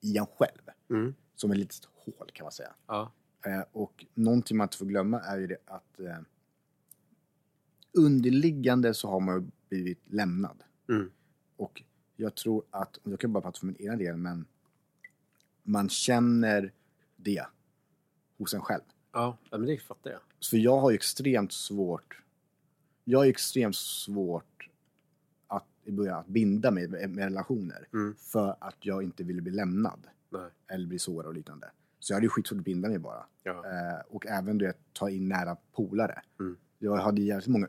B: i en själv.
A: Mm.
B: Som ett litet hål kan man säga.
A: Ja.
B: Eh, och någonting man inte får glömma är ju det att eh, underliggande så har man ju blivit lämnad.
A: Mm.
B: Och jag tror att, och jag kan bara prata för min egen del, men man känner det hos en själv.
A: Ja, ja, men det fattar jag.
B: Så jag har ju extremt svårt, jag har ju extremt svårt att i början att binda mig med, med relationer
A: Mm.
B: för att jag inte ville bli lämnad
A: Nej.
B: eller bli sårad och liknande. Så jag hade ju skitsvårt att binda mig bara.
A: Ja.
B: Eh, och även du vet, ta in nära polare.
A: Mm.
B: Jag hade jävligt många,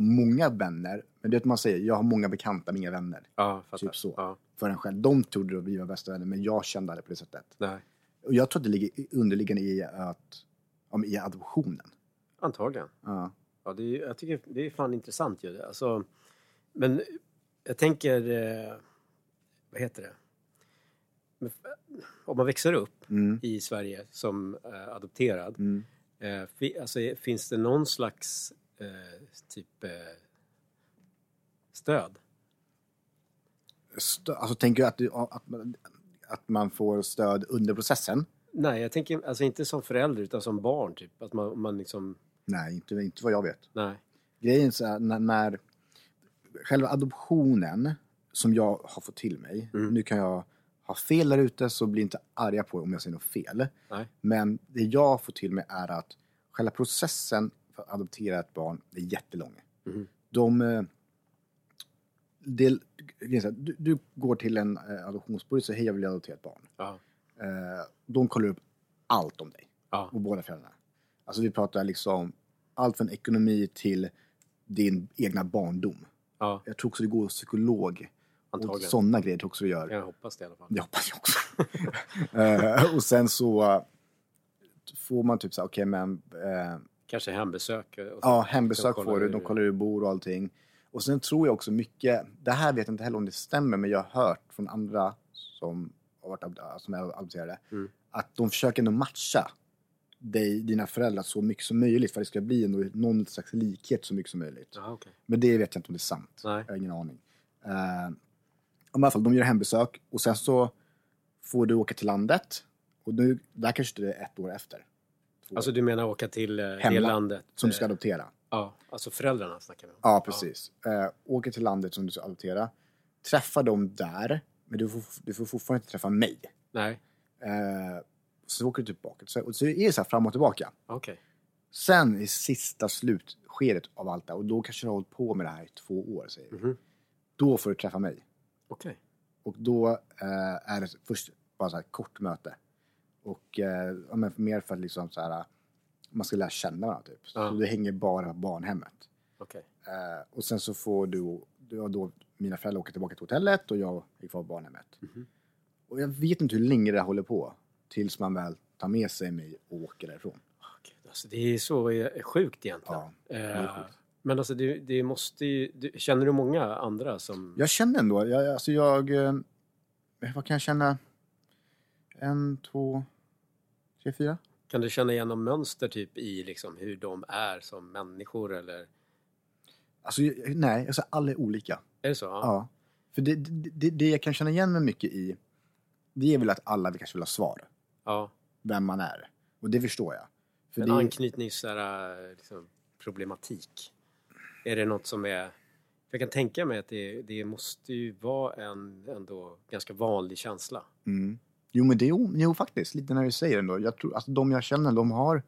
B: många vänner, men det är man säger, jag har många bekanta, men inga vänner
A: Ja, fattar.
B: Typ så.
A: Ja.
B: för en själv. De trodde att vi var bästa vänner, men jag kände aldrig på det sättet.
A: Nej.
B: Och jag tror att det ligger underliggande i, att, om, i adoptionen.
A: Antagligen.
B: Ja.
A: Ja, det är, jag tycker det är fan intressant ju. Alltså, men jag tänker... Eh, vad heter det? Men, f- om man växer upp
B: Mm.
A: i Sverige som eh, adopterad,
B: Mm.
A: eh, fi, alltså, är- finns det någon slags eh, typ eh, stöd?
B: Stö- alltså, tänker du att, du att, man- att man får stöd under processen?
A: Nej, jag tänker alltså inte som förälder utan som barn typ. Att man, man liksom...
B: Nej, inte, inte vad jag vet.
A: Nej.
B: Grejen är så här, när, när själva adoptionen som jag har fått till mig.
A: Mm.
B: Nu kan jag ha fel där ute, så bli inte arga på om jag säger något fel.
A: Nej.
B: Men det jag får till mig är att själva processen för att adoptera ett barn är jättelång.
A: Mhm.
B: De... eh, del- grejen är så här, du, du går till en eh, adoptionsbyrå och säger hej, jag vill adoptera ett barn.
A: Ja.
B: Eh, De kollar upp allt om dig
A: Ja.
B: och båda föräldrarna. Alltså vi pratar liksom allt från ekonomi till din egna barndom.
A: ja.
B: Jag tror också det går psykolog och
A: Antagligen.
B: sådana grejer tror jag också det gör.
A: Jag hoppas det i alla fall.
B: Det hoppas jag också. Eh, och sen så eh, får man typ så här, okej men eh,
A: Kanske hembesök. eh, och- och så.
B: ja, hembesök
A: De Alltså, kollar
B: får du, de
A: hur-
B: kollar hur du bor och allting. Och sen tror jag också mycket, det här vet jag inte heller om det stämmer, men jag har hört från andra som, har varit, ad- som är adopterade,
A: Mm.
B: att de försöker ändå matcha dig, dina föräldrar så mycket som möjligt för att det ska bli ändå någon slags likhet så mycket som möjligt.
A: Ja, okej.
B: Men det vet jag inte om det är sant.
A: Nej.
B: Jag har ingen aning. Uh, I alla fall, de gör hembesök och sen så får du åka till landet. Och nu, där kanske det är ett år efter. Två
A: Alltså
B: år,
A: du menar åka till eh, det
B: Hemland.
A: landet?
B: som
A: eh,
B: du ska adoptera.
A: Ja, alltså föräldrarna snackar vi om.
B: Ja, precis. Eh, åker till landet som du ska adoptera. Träffa dem där, men du får, du får fortfarande inte träffa mig.
A: Nej,
B: Eh, så åker du tillbaka. Så, och så är det så här fram och tillbaka.
A: okej.
B: Sen i sista slutskedet av allt det här, och då kanske du har hållit på med det här i två år, säger vi.
A: Mhm.
B: Då får du träffa mig.
A: Okej.
B: Och då eh, är det först bara så här kort möte. Och eh, ja, men mer för att liksom så här, man ska lära känna varandra typ.
A: Ja.
B: Så det hänger bara på barnhemmet.
A: okej.
B: Eh, och sen så får du, du har då mina föräldrar åker tillbaka till hotellet och jag är kvar på barnhemmet.
A: Mhm.
B: Och jag vet inte hur länge det här håller på. Tills man väl tar med sig mig och åker därifrån.
A: Åh, Gud, Alltså, det är så eh, sjukt egentligen.
B: Ja,
A: Eh,
B: sjukt.
A: men alltså det, det måste ju, du, känner du många andra som...
B: Jag känner ändå, jag, alltså jag, eh, vad kan jag känna? En, två, tre, fyra?
A: Kan du känna igen någon mönster typ i liksom hur de är som människor eller?
B: Alltså jag- nej, alltså alla är olika.
A: Är det så? Ja.
B: Ja. För det, det, det- det jag kan känna igen mig mycket i, det är väl att alla vill kanske vill ha svar.
A: ja.
B: Vem man är. Och det förstår jag. För
A: en
B: det,
A: anknytnings så här, eh, liksom, problematik. Är det något som är... Jag kan tänka mig att det, det måste ju vara en ändå ganska vanlig känsla.
B: mm. Jo men det, jo, jo faktiskt, lite när du säger det ändå. Jag tror, alltså, de jag känner, de har,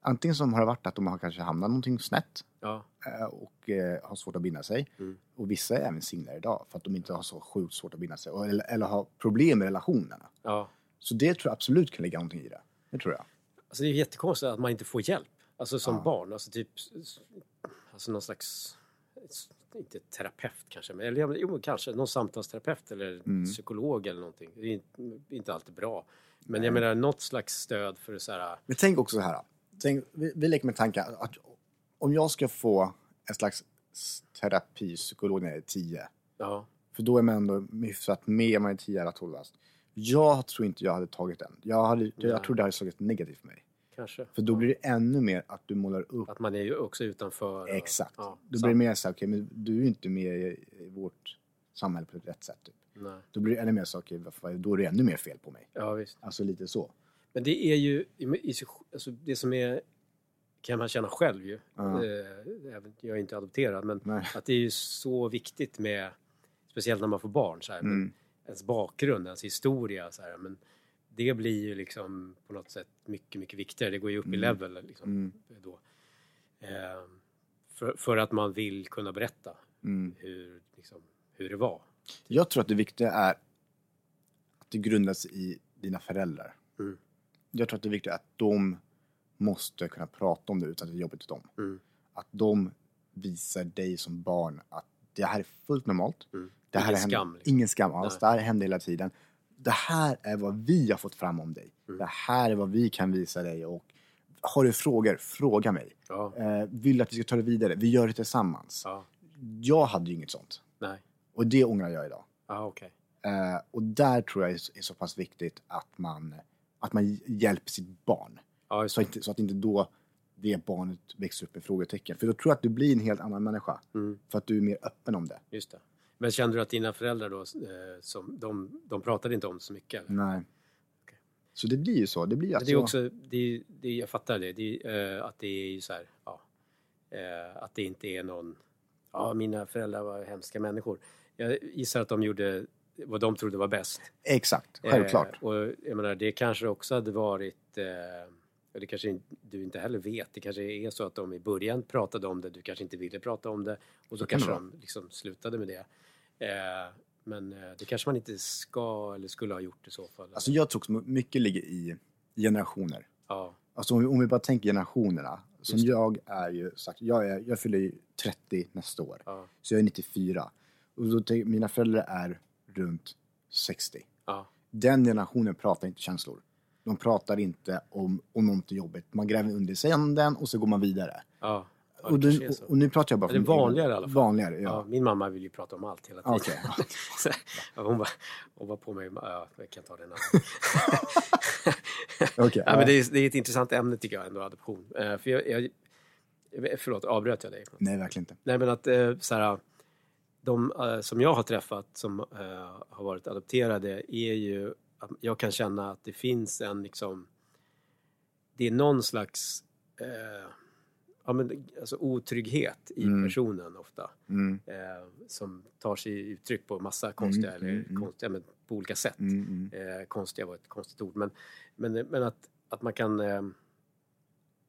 B: antingen som har det varit att de har kanske hamnat någonting snett
A: Ja,
B: eh, och eh, har svårt att binda sig.
A: Mm.
B: Och vissa är även singlar idag för att de inte har så sjukt svårt att binda sig. Och- Eller, eller har problem med relationerna.
A: ja.
B: Så det tror jag absolut kan ligga någonting i det. Det tror jag.
A: Alltså det är jättekonstigt att man inte får hjälp. Alltså som
B: Ja.
A: barn. Alltså typ... Alltså någon slags... Inte terapeut kanske, men eller, ja, men- jo, kanske någon samtalsterapeut eller
B: Mm.
A: psykolog eller någonting. Det är in- inte alltid bra. Men jag
B: Nej.
A: menar något slags stöd för så här...
B: Men tänk också så här. Tänk, vi, vi leker med tanken att om jag ska få en slags terapipsykolog när jag är 10,
A: Ja,
B: för då är man ändå hyfsat med om man är 10 eller 12 bast. Jag tror inte jag hade tagit den. Jag, hade,
A: Nej.
B: jag tror det hade slagit negativt för mig.
A: kanske.
B: För då blir det ännu mer att du målar upp.
A: Att man är ju också utanför. och-
B: Exakt.
A: Ja,
B: Då
A: sant.
B: blir det mer så här, okej, men du är ju inte med i i vårt samhälle på rätt sätt. Typ.
A: Nej.
B: Då blir det ännu mer så, okej, varför- då är det ännu mer fel på mig.
A: Ja, visst.
B: Alltså lite så.
A: Men det är ju, i- i sig- alltså det som är, kan man känna själv ju,
B: Ja.
A: Eh, även- jag är inte adopterad, men
B: Nej.
A: att det är ju så viktigt med, speciellt när man får barn, så här, men
B: Mm.
A: ens bakgrund, ens historia. Så här, men det blir ju liksom på något sätt mycket, mycket viktigare. Det går ju upp i
B: Mm.
A: level liksom,
B: Mm.
A: då. Eh, för, för att man vill kunna berätta
B: Mm.
A: hur, liksom, hur det var.
B: Jag tror att det viktiga är att det grundas i dina föräldrar.
A: Mm.
B: Jag tror att det viktiga är att de måste kunna prata om det utan att det är jobbigt för dem.
A: Mm.
B: Att de visar dig som barn att det här är fullt normalt.
A: Mm.
B: Det här
A: Ingen
B: är händer-
A: skam, liksom.
B: Ingen skam alls.
A: Nej.
B: Det här händer hela tiden. Det här är vad vi har fått fram om dig.
A: Mm.
B: Det här är vad vi kan visa dig. Och har du frågor, fråga mig.
A: Ja,
B: Eh, vill du att vi ska ta det vidare? Vi gör det tillsammans.
A: ja,
B: Jag hade ju inget sånt.
A: nej,
B: Och det ångrar jag idag.
A: ja okej.
B: Eh, och där tror jag är så, är så pass viktigt att man, att man hj- hjälper sitt barn.
A: Ja, just
B: Så,
A: det.
B: inte, så att inte då det barnet växer upp med frågetecken. För då tror jag att du blir en helt annan människa.
A: Mm.
B: För att du är mer öppen om det.
A: Just det. Men kände du att dina föräldrar då, eh, som, de, de pratade inte om det så mycket? Eller?
B: Nej.
A: Okej.
B: Så det blir ju så. Det blir ju
A: Men det är
B: Mm, alltså,
A: också, det är, det är, jag fattar det, det är, eh, att det är ju så här, ja, eh, att det inte är någon, ja mina föräldrar var hemska människor. Jag gissar att de gjorde vad de trodde var bäst.
B: Exakt, självklart.
A: Eh, och jag menar, det kanske också hade varit... Eh, och det kanske in- du inte heller vet. Det kanske är så att de i början pratade om det, du kanske inte ville prata om det. Och så
B: kan det
A: kanske de liksom slutade med det. Eh, men eh, det kanske man inte ska eller skulle ha gjort i så fall.
B: Alltså jag tror också mycket ligger i generationer.
A: ja,
B: Alltså om vi, om vi bara tänker generationerna. Som
A: Just det.
B: jag är ju, sagt, jag, är, jag fyller ju 30 nästa år.
A: ja,
B: Så jag är 94. Och då tänker, mina föräldrar är runt 60.
A: ja,
B: Den generationen pratar inte känslor. De pratar inte om, om något jobbigt. Man gräver under sig änden och så går man vidare.
A: ja. ja
B: och,
A: det
B: du,
A: kanske är så.
B: och, och nu pratar jag bara
A: Ja, det är
B: min egen-
A: vanligare i alla fall.
B: Vanligare,
A: Ja.
B: ja.
A: min mamma vill ju prata om allt hela tiden.
B: Okej.
A: Så, ja, hon, var, hon var på mig. Ja, jag kan ta den annan.
B: Okej.
A: ja, men det, är, det är ett intressant ämne tycker jag ändå, adoption. Eh, för jag, jag, jag- eh, förlåt, avbröt jag dig?
B: Nej, verkligen inte.
A: Nej, men att eh, så här, de eh, som jag har träffat som eh, har varit adopterade är ju att jag kan känna att det finns en liksom det är någon slags eh, ja, men, alltså otrygghet i
B: Mm.
A: personen ofta
B: Mm,
A: eh, som tar sig uttryck på massa konstiga
B: Mm,
A: eller
B: mm, mm.
A: konstiga men på olika sätt.
B: mm, mm.
A: Eh, konstiga var ett konstigt ord, men, men, men att, att man kan... Eh,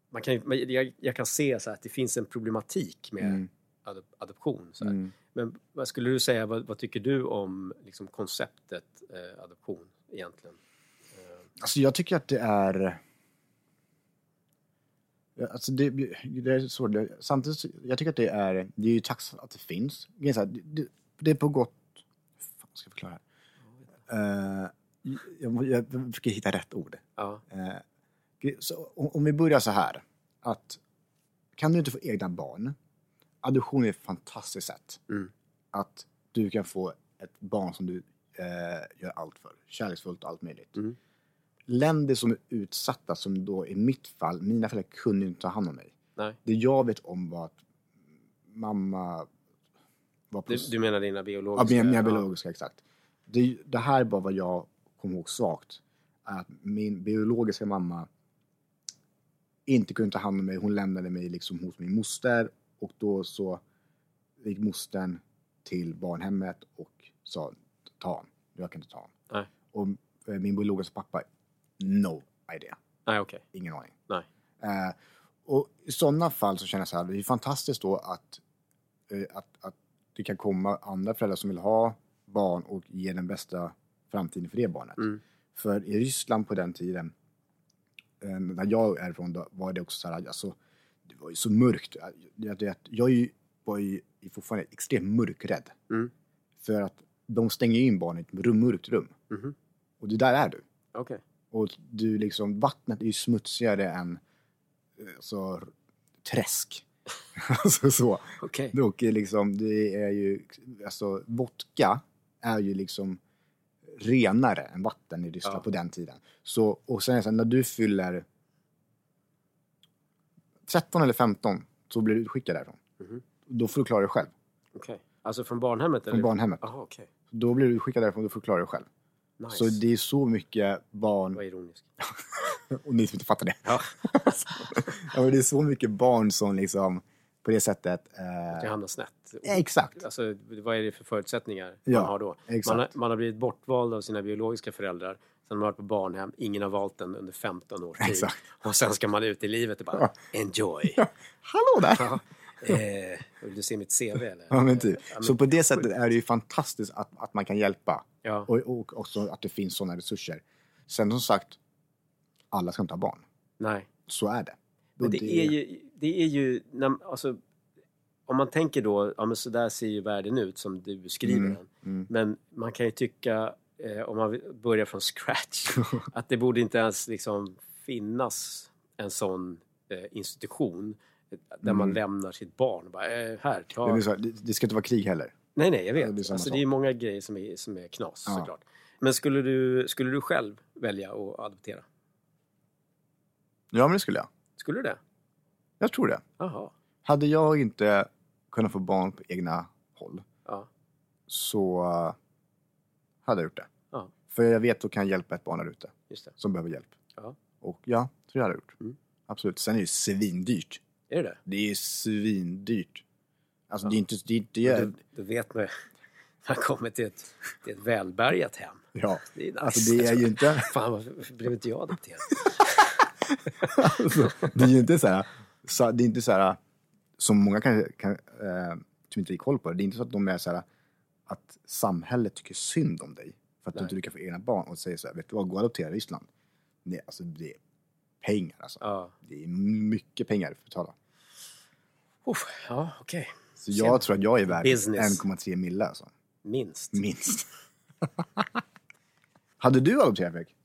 A: man kan men jag, jag kan se så här att det finns en problematik med
B: Mm,
A: adop, adoption. Så här.
B: mm.
A: Men vad skulle du säga, vad, vad tycker du om liksom, konceptet eh, adoption egentligen? Eh,
B: Alltså jag tycker att det är... Ja, Alltså det, det är svårt. Det- Samtidigt, så- jag tycker att det är... Det är ju tacksamt att det finns. Det är, så här, det- det, det är på gott... Fan, ska jag förklara här? Eh, jag, jag, jag försöker hitta rätt ord.
A: ja,
B: Eh, gre- så, om, om vi börjar så här. Att kan du inte få egna barn? Adoption är ett fantastiskt sätt.
A: Mm.
B: Att du kan få ett barn som du eh, gör allt för. Kärleksfullt och allt möjligt.
A: Mm.
B: Länder som är utsatta, som då i mitt fall, mina föräldrar kunde ju inte ta hand om mig.
A: nej.
B: Det jag vet om var att mamma var på...
A: Du, du menar dina
B: Ja,
A: biologiska...
B: mer, mer biologiska, exakt. Det, det här är bara vad jag kommer ihåg svagt. är Att min biologiska mamma inte kunde ta hand om mig. Hon lämnade mig liksom hos min moster och då så gick mostern till barnhemmet och sa ta honom. Jag kan inte ta honom.
A: Nej.
B: Och eh, min biologiska pappa, no idea.
A: Ja. Nej, okej.
B: Ingen aning.
A: Nej.
B: Eh, och i sådana fall så känner jag så här, det är fantastiskt då att, eh, att, att det kan komma andra föräldrar som vill ha barn och ge den bästa framtiden för det barnet.
A: Mm.
B: För i Ryssland på den tiden, eh, när jag är ifrån, då var det också så här, alltså, det var ju så mörkt. Jag, jag, jag är ju, var ju fortfarande extremt mörkrädd.
A: Mm.
B: För att de stänger in barnet i ett rum- mörkt rum.
A: Mhm.
B: Och det där är du.
A: Okej.
B: Och du liksom, vattnet är ju smutsigare än eh, så, träsk. alltså så.
A: Okej.
B: Och eh, liksom, det är ju, alltså vodka är ju liksom renare än vatten i Ryssland
A: Ja.
B: på den tiden. Så, och sen är det så här, när du fyller 13 eller 15 så blir du utskickad därifrån.
A: Mhm.
B: Då får du klara dig själv,
A: Okej. Alltså från barnhemmet?
B: från barnhemmet.
A: Jaha, okej.
B: Då blir du utskickad därifrån, då får du klara dig själv.
A: Nice.
B: Så det är så mycket barn,
A: Vad ironiskt.
B: och ni som inte fattar det,
A: Ja,
B: Ja, men det är så mycket barn som liksom på det sättet...
A: att
B: Eh,
A: jag hamnar snett.
B: exakt.
A: Alltså, vad är det för förutsättningar
B: Ja,
A: man har då?
B: exakt.
A: Man har, man har blivit bortvald av sina biologiska föräldrar. Sen har man varit på barnhem. Ingen har valt den under 15 års tid.
B: Exakt.
A: Och sen ska man ut i livet och bara
B: Ja.
A: enjoy.
B: Hallå där!
A: Ja. Eh, vill du se mitt CV eller?
B: Ja, men typ.
A: Ja, men-
B: Så på det sättet är det ju fantastiskt att, att man kan hjälpa.
A: ja.
B: Och, och också att det finns sådana resurser. Sen som sagt, alla ska inte ha barn.
A: Nej.
B: Så är det.
A: Men
B: Och
A: det, är ju, det är ju när, alltså, om man tänker då, ja men så där ser ju världen ut som du beskriver
B: Mm,
A: den.
B: mm.
A: Men man kan ju tycka, eh, om man vill- börjar från scratch, att det borde inte ens liksom finnas en sån eh, institution eh, där man lämnar sitt barn. Bara, eh, här,
B: Mm. det,
A: ta.
B: blir så här, det, det ska inte vara krig heller.
A: Nej, nej, jag
B: det blir
A: vet.
B: samma
A: alltså,
B: sak.
A: det är ju många grejer som är, som är knas
B: Ja.
A: såklart. Men skulle du, skulle du själv välja att adoptera?
B: Ja, men det skulle jag.
A: Skulle du det?
B: Jag tror det.
A: Jaha.
B: Hade jag inte kunnat få barn på egna håll
A: Ja.
B: så eh, hade jag gjort det.
A: Ja.
B: För jag vet att jag kan hjälpa ett barn där ute.
A: Just det.
B: som behöver hjälp.
A: Ja.
B: Och ja, tror jag hade gjort.
A: Mm.
B: Absolut. Sen är det ju svindyrt.
A: Är det det?
B: Det är svindyrt. Alltså det är inte... Det är inte
A: Då, då vet man ju. man kommer till ett, till ett välbärgat hem.
B: Ja.
A: Det är nice.
B: Alltså det är ju inte,
A: Fan, varför blev inte jag adopterad?
B: alltså, det är ju inte så här, så, det är inte så här, som många kanske kan, eh, som inte har koll på det, det är inte så att de är så här, att samhället tycker synd om dig för att
A: Nej.
B: du inte lyckas få egna barn och säger så här, vet du vad, gå och adoptera i Ryssland. Nej, alltså det är pengar alltså.
A: Ja,
B: Det är mycket pengar att betala.
A: Uff, ja okej.
B: Så jag tror att jag är värd
A: Business.
B: 1,3 mille alltså.
A: Minst.
B: Minst. Hade du adopterat Fredrik?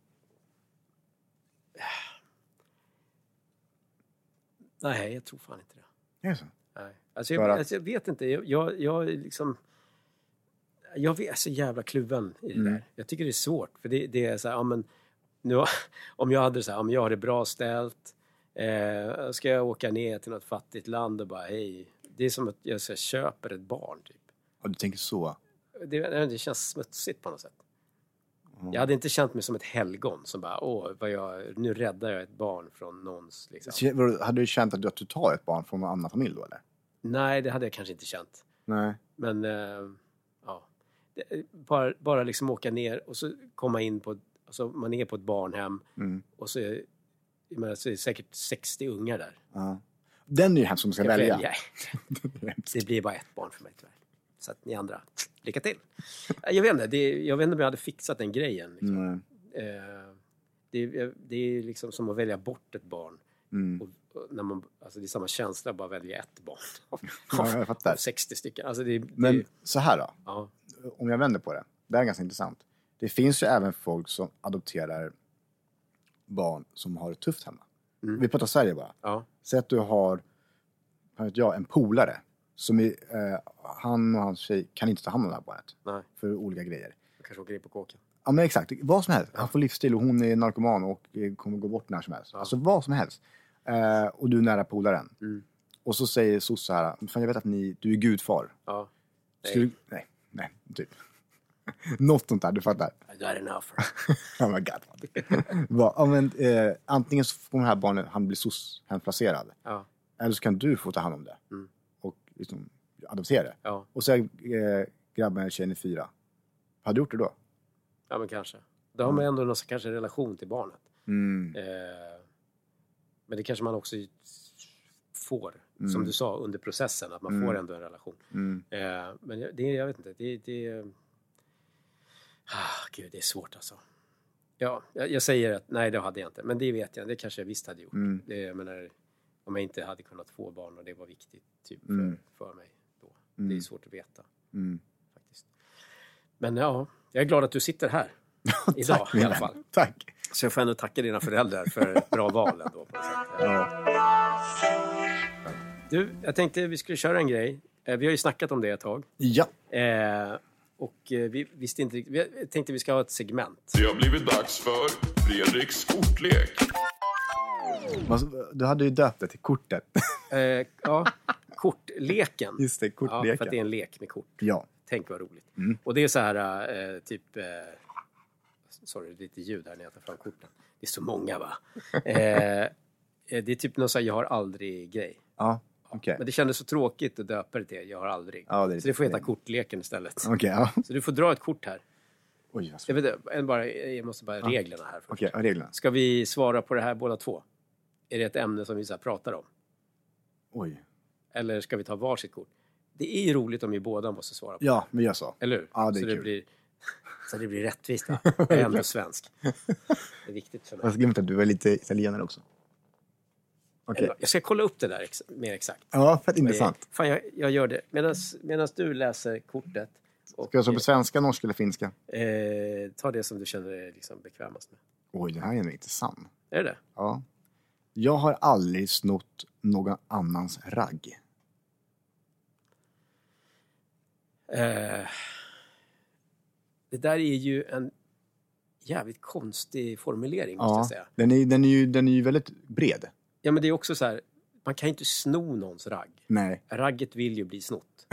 A: Nej, jag tror fan inte det.
B: Ja, så.
A: Nej. Alltså,
B: För
A: jag,
B: att-
A: alltså, jag vet inte. Jag, jag, jag är liksom... Jag vet- är så jävla kluven i det
B: Mm.
A: där. Jag tycker det är svårt. För det, det är så här, ja, men, nu, har- om jag hade så här, om jag har det bra ställt. Eh, ska jag åka ner till något fattigt land och bara hej. Det är som att jag så här, köper ett barn typ.
B: Ja, du tänker så.
A: Det, det känns smutsigt på något sätt.
B: Mm.
A: Jag hade inte känt mig som ett helgon som bara, åh, vad jag, nu räddar jag ett barn från någons liksom.
B: Så, vadå, Hade du känt att du- att du tar ett barn från en annan familj då eller?
A: Nej, det hade jag kanske inte känt.
B: Nej.
A: Men eh, ja, Det- bara, bara liksom åka ner och så komma in på, alltså man är på ett barnhem
B: Mm.
A: och så är, jag menar, så är det säkert 60 ungar där.
B: Ja. Den är ju hemsk som ska
A: Ska
B: välja.
A: Det blir bara ett barn för mig tyvärr. Så att ni andra, lycka till! Eh, Jag vet inte, det, jag vet inte om jag hade fixat den grejen. Liksom.
B: Mm.
A: Eh, det, det är liksom som att välja bort ett barn.
B: Mm.
A: Och, och när man, alltså det är samma känsla att bara välja ett barn.
B: Ja, jag
A: Av
B: fattar.
A: 60 stycken. Alltså det, det,
B: Men så här då.
A: ja,
B: om jag vänder på det. Det här är ganska intressant. Det finns ju även folk som adopterar barn som har det tufft hemma.
A: Mm.
B: Vi pratar Sverige bara.
A: ja,
B: Säg att du har, vad vet jag, en polare. Som är, eh, han och hans tjej kan inte ta hand om det här barnet.
A: nej.
B: För olika grejer.
A: Jag kanske åker in på kåken.
B: Ja men exakt, vad som helst. Han får livsstil och hon är narkoman och eh, kommer gå bort när som helst.
A: Ja.
B: Alltså vad som helst. Eh, och du är nära polaren.
A: Mm.
B: Och så säger soc så här, fan jag vet att ni, du är gudfar.
A: Ja. Nej.
B: Skulle, nej, nej, typ. Något sånt där, du fattar. Oh
A: I got an offer.
B: Han var godfather. Bara, ja, men, eh, antingen så får det här barnet, han blir soc, han placerad.
A: Ja,
B: Eller så kan du få ta hand om det.
A: Mm.
B: Och liksom adoptera det.
A: ja,
B: Och så är eh, grabben eller tjejen är fyra. Hade du gjort det då?
A: ja men kanske. Då har man
B: Mm.
A: ändå någon kanske en relation till barnet. Eh, men det kanske man också får, som
B: Mm.
A: du sa, under processen. Att man
B: Mm.
A: får ändå en relation.
B: Mm.
A: Eh, men jag- det, jag vet inte, det... det ah, gud, det är svårt alltså. Ja, jag, jag säger att nej, det hade jag inte. Men det vet jag, det kanske jag visst hade gjort.
B: Mm.
A: Det, jag menar, om jag inte hade kunnat få barn och det var viktigt typ, för,
B: Mm.
A: för mig då. Det är
B: Mm.
A: svårt att veta.
B: Mm.
A: faktiskt. Men ja, jag är glad att du sitter här. Idag i
B: min
A: alla
B: vän.
A: fall.
B: Tack.
A: Så jag får ändå tacka dina föräldrar för ett bra val ändå. På något sätt.
B: Ja.
A: Du, jag tänkte vi skulle köra en grej. Eh, Vi har ju snackat om det ett tag.
B: ja.
A: Eh, och eh, vi visste inte riktigt. Vi jag tänkte vi ska ha ett segment.
C: Det har blivit dags för Fredriks kortlek.
B: Man- Du hade ju döpt det till kortet.
A: Eh, ja, kortleken.
B: Just det,
A: Ja, för
B: kortleken.
A: att det är en lek med kort.
B: Ja.
A: Tänk vad roligt.
B: Mm.
A: Och det är så här, eh, typ... Eh, sorry, lite ljud här när jag tar fram korten. Det är så många, va? Eh, eh, det är typ någon så här, jag har aldrig-grej.
B: Ja, okej.
A: Men det kändes så tråkigt att döpa det till jag har aldrig.
B: Ja, det är
A: så det får heta
B: lite-
A: kortleken istället.
B: Okej, ja.
A: Så du får dra ett kort här.
B: Oj, vad svårt.
A: Jag, vet, inte, en bara, jag måste bara reglerna här. först.
B: Okej, ja, reglerna.
A: Ska vi svara på det här båda två? Är det ett ämne som vi så här pratar om?
B: Oj.
A: Eller ska vi ta varsitt kort? Det är ju roligt om vi båda måste svara på
B: Ja, men gör så.
A: Eller hur?
B: Ja, det är
A: så, det
B: kul.
A: blir, så det blir rättvist. Va? Jag är ändå svensk. Det är viktigt för mig.
B: Jag glömde att du var lite italienare också. Okej.
A: Jag ska kolla upp det där ex mer exakt. Eh,
B: Ja, fett intressant.
A: Fan, jag, jag gör det. Medan du läser kortet och
B: Ska jag köra på svenska, norska eller finska?
A: eh, ta det som du känner dig liksom bekvämast med.
B: Oj, den här är nog inte sann.
A: Är det det
B: Ja. Jag har aldrig snott någon annans ragg.
A: eh, Det där är ju en jävligt konstig formulering, måste jag
B: Ja,
A: säga.
B: den är, den, är ju, den är ju väldigt bred.
A: Ja, men det är också så här, man kan ju inte sno någons ragg.
B: Nej.
A: Ragget vill ju bli snott.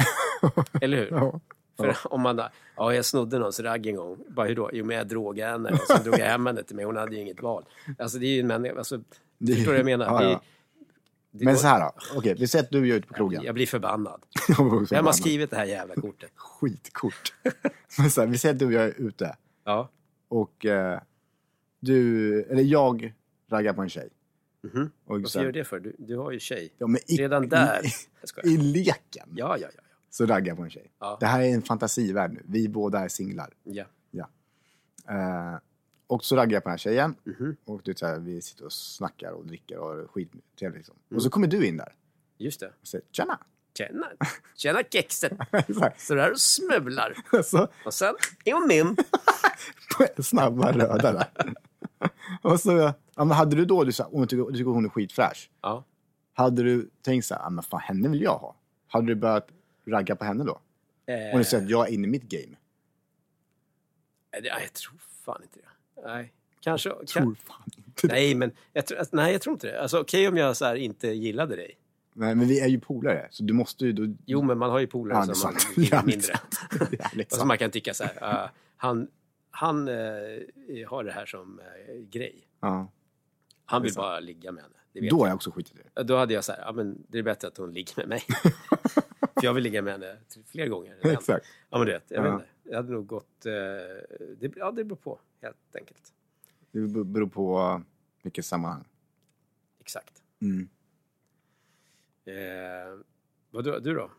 A: Eller hur?
B: Ja.
A: För om man då, ja jag snodde någons ragg en gång. Bara hur då? Jo men jag drogade henne och så drog jag hem henne till mig. Hon hade ju inget val. Alltså det är ju en människa, alltså,
B: Det-
A: förstår du vad jag menar?
B: Ja,
A: Det är-
B: ja.
A: det
B: Men
A: går-
B: så här då. Okej, vi säger att du är ute på krogen.
A: Jag blir förbannad.
B: Jag var också
A: Vem har
B: förbannad.
A: skrivit det här jävla kortet?
B: Skitkort. Men så här, vi säger att du och jag är ute.
A: Ja.
B: Och eh, du, eller jag raggar på en tjej.
A: Mhm.
B: Och
A: Varför
B: så
A: gör du
B: här,
A: det för? Du, du har ju tjej.
B: ja, men i,
A: Redan där.
B: I,
A: Jag skojar.
B: i, I leken
A: Ja, ja, ja.
B: så raggar jag på en tjej.
A: Ja.
B: Det här är en fantasivärld nu. Vi båda är singlar.
A: ja.
B: Eh, och så raggar jag på den här tjejen.
A: Mhm.
B: Och du, vet så här, vi sitter och snackar och dricker och har det skittrevligt. Liksom. Och
A: Mm.
B: så kommer du in där
A: Just det.
B: och säger tjena.
A: Tjena, tjena kexet.
B: så här,
A: Så där och smular.
B: så,
A: Och sen är hon min.
B: på snabba röda där. och så, ja, men hade du då, du, sa, "Åh, jag tycker, du tycker hon är skitfräsch.
A: Ja.
B: Hade du tänkt så här, "Ah, men fan henne vill jag ha. Hade du börjat ragga på henne då?
A: Eh,
B: Om du säger att jag är inne i mitt game.
A: nej, jag tror fan inte det. Nej, kanske.
B: Tror
A: Kan,
B: fan inte det.
A: nej, men jag, tror- att- nej, jag tror inte det. Alltså, Okej om jag så här, inte gillade dig.
B: Nej, men vi är ju polare. Så du måste ju... Då,
A: Jo, men man har ju polare
B: Ja, det är
A: som man
B: sant.
A: gillar
B: Jävligt
A: mindre.
B: jävligt
A: Och så
B: sant.
A: man kan tycka så här, ah, han, han eh, har det här som eh, grej.
B: ja.
A: Han
B: Det är
A: vill
B: sant.
A: bara ligga med henne. Det vet
B: Då har jag också skitit i det.
A: jag. Då hade jag så här, ja men det är bättre att hon ligger med mig. För jag vill ligga med henne fler gånger. än en.
B: Exakt.
A: Ja, men du vet, jag
B: Ja.
A: vet inte. Det hade nog gått... Eh, det, ja, det beror på, helt enkelt.
B: Det be- beror på eh, vilket sammanhang.
A: Exakt.
B: Mm.
A: Eh, vad du, du då?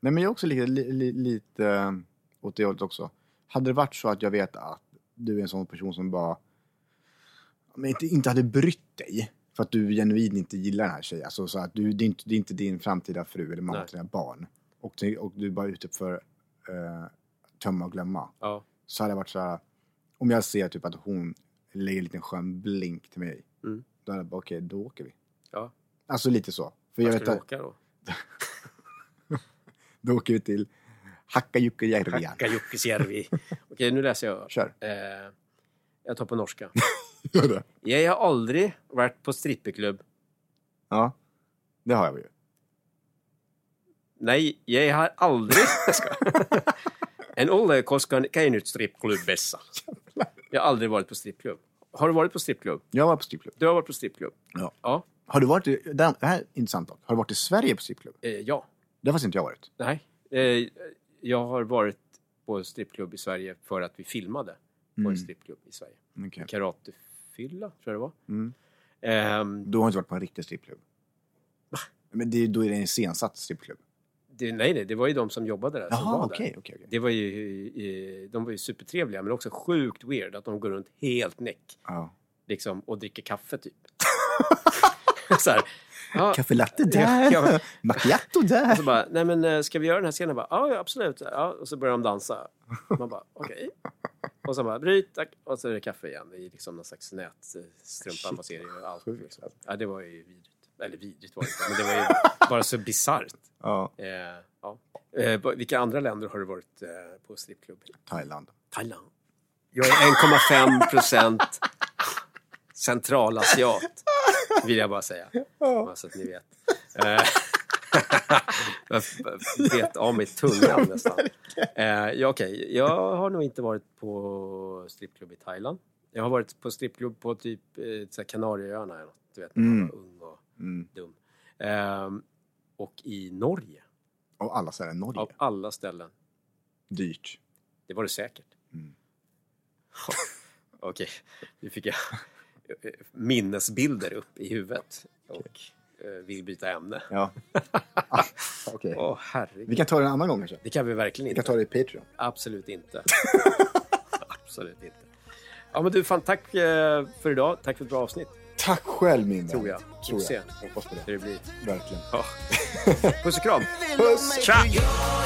B: Nej, men jag är också lite, li, li, lite eh, åt det hållet också. Hade det varit så att jag vet att du är en sån person som bara men inte, inte hade brytt dig för att du genuint inte gillar den här tjejen. Alltså, så att du, det, är inte, det är inte din framtida fru eller mamma
A: Nej.
B: till dina barn. Och, det- och du är bara ute för eh, tömma och glömma.
A: Ja.
B: så hade jag varit så här. Om jag ser typ att hon lägger en liten skön blink till mig.
A: Mm.
B: Då hade jag bara, okej, då åker vi.
A: Ja.
B: Alltså lite så. För jag
A: Vart ska
B: vet
A: du
B: att
A: åka då?
B: då åker vi till Hakkajukka-järvi.
A: Kajukkisjärvi. Okej, nu läser jag.
B: Kör.
A: Eh, jag tar på norska.
B: Gör det?
A: Jag har aldrig varit på strippeklubb.
B: Ja. Det har jag ju.
A: Nej, jag har aldrig... Jag skojar. en olle koskan keinut strippklubb bästa. Jag har aldrig varit på strippklubb. Har du varit på strippklubb?
B: Jag var på strippklubb.
A: Du har varit på strippklubb?
B: Ja.
A: Ja.
B: Har du varit i, det här det här är intressant dock. Har du varit i Sverige på strippklubb?
A: Eh, ja.
B: Det har faktiskt inte jag varit.
A: Nej. Eh, jag har varit på strippklubb i Sverige för att vi filmade på
B: Mm.
A: en strippklubb i Sverige.
B: Okej.
A: Karatefylla, tror jag det var.
B: Mm.
A: Ehm,
B: Du har inte varit på en riktig strippklubb? Men det, då är det en iscensatt strippklubb?
A: det, nej, nej, det var ju de som jobbade där som
B: Jaha,
A: var
B: okej.
A: där.
B: okej, okej.
A: Det var ju, eh, de var ju supertrevliga, men också sjukt weird att de går runt helt näck
B: Ja.
A: liksom, och dricker kaffe, typ. så här, ja,
B: Kaffe latte
A: Ja, ja, men-
B: där, macchiato där.
A: Och så bara, nej men eh, ska vi göra den här scenen? Jag Bara, ja, ja, absolut. Ja, och så börjar de dansa. Man bara, okej. Och så bara, bryt, tack. Och så är det kaffe igen i liksom någon slags nät. eh, Strumpan man ser i allt.
B: Sjukt,
A: Liksom.
B: alltså.
A: Ja, det var ju vidrigt. Eller vidrigt var det inte, men det var ju bara så bisarrt.
B: Ja.
A: Eh, ja. eh, på- vilka andra länder har du varit eh, på strippklubb? i?
B: Thailand.
A: Thailand. Jag är 1,5 procent centralasiat, vill jag bara säga. Bara så att ni vet. Eh, jag bet av mig tungan nästan. Eh, ja, okej. Jag har nog inte varit på strippklubb i Thailand. Jag har varit på strippklubb på typ eh, så här Kanarieöarna eller något. Du vet, när man
B: Mm.
A: var ung och
B: Mm.
A: dum. Ehm, och i Norge,
B: Av alla ställen, Norge.
A: av alla ställen.
B: Dyrt.
A: Det var det säkert.
B: Mm.
A: Okej, nu fick jag eh, minnesbilder upp i huvudet och eh, vill byta ämne.
B: Ja. ah, okej.
A: Åh, herregud.
B: Vi kan ta det en annan gång kanske.
A: Det kan vi verkligen
B: Vi
A: inte.
B: kan ta det i Patreon.
A: Absolut inte. Absolut inte. Ja, men du, fan, tack eh, för idag. Tack för ett bra avsnitt,
B: Tack själv min vän.
A: tror jag.
B: Tror
A: Vi får
B: jag.
A: se
B: Hoppas på det.
A: hur det blir.
B: Verkligen.
A: Ja. Puss och kram!
B: Puss!
A: Tja!
D: Your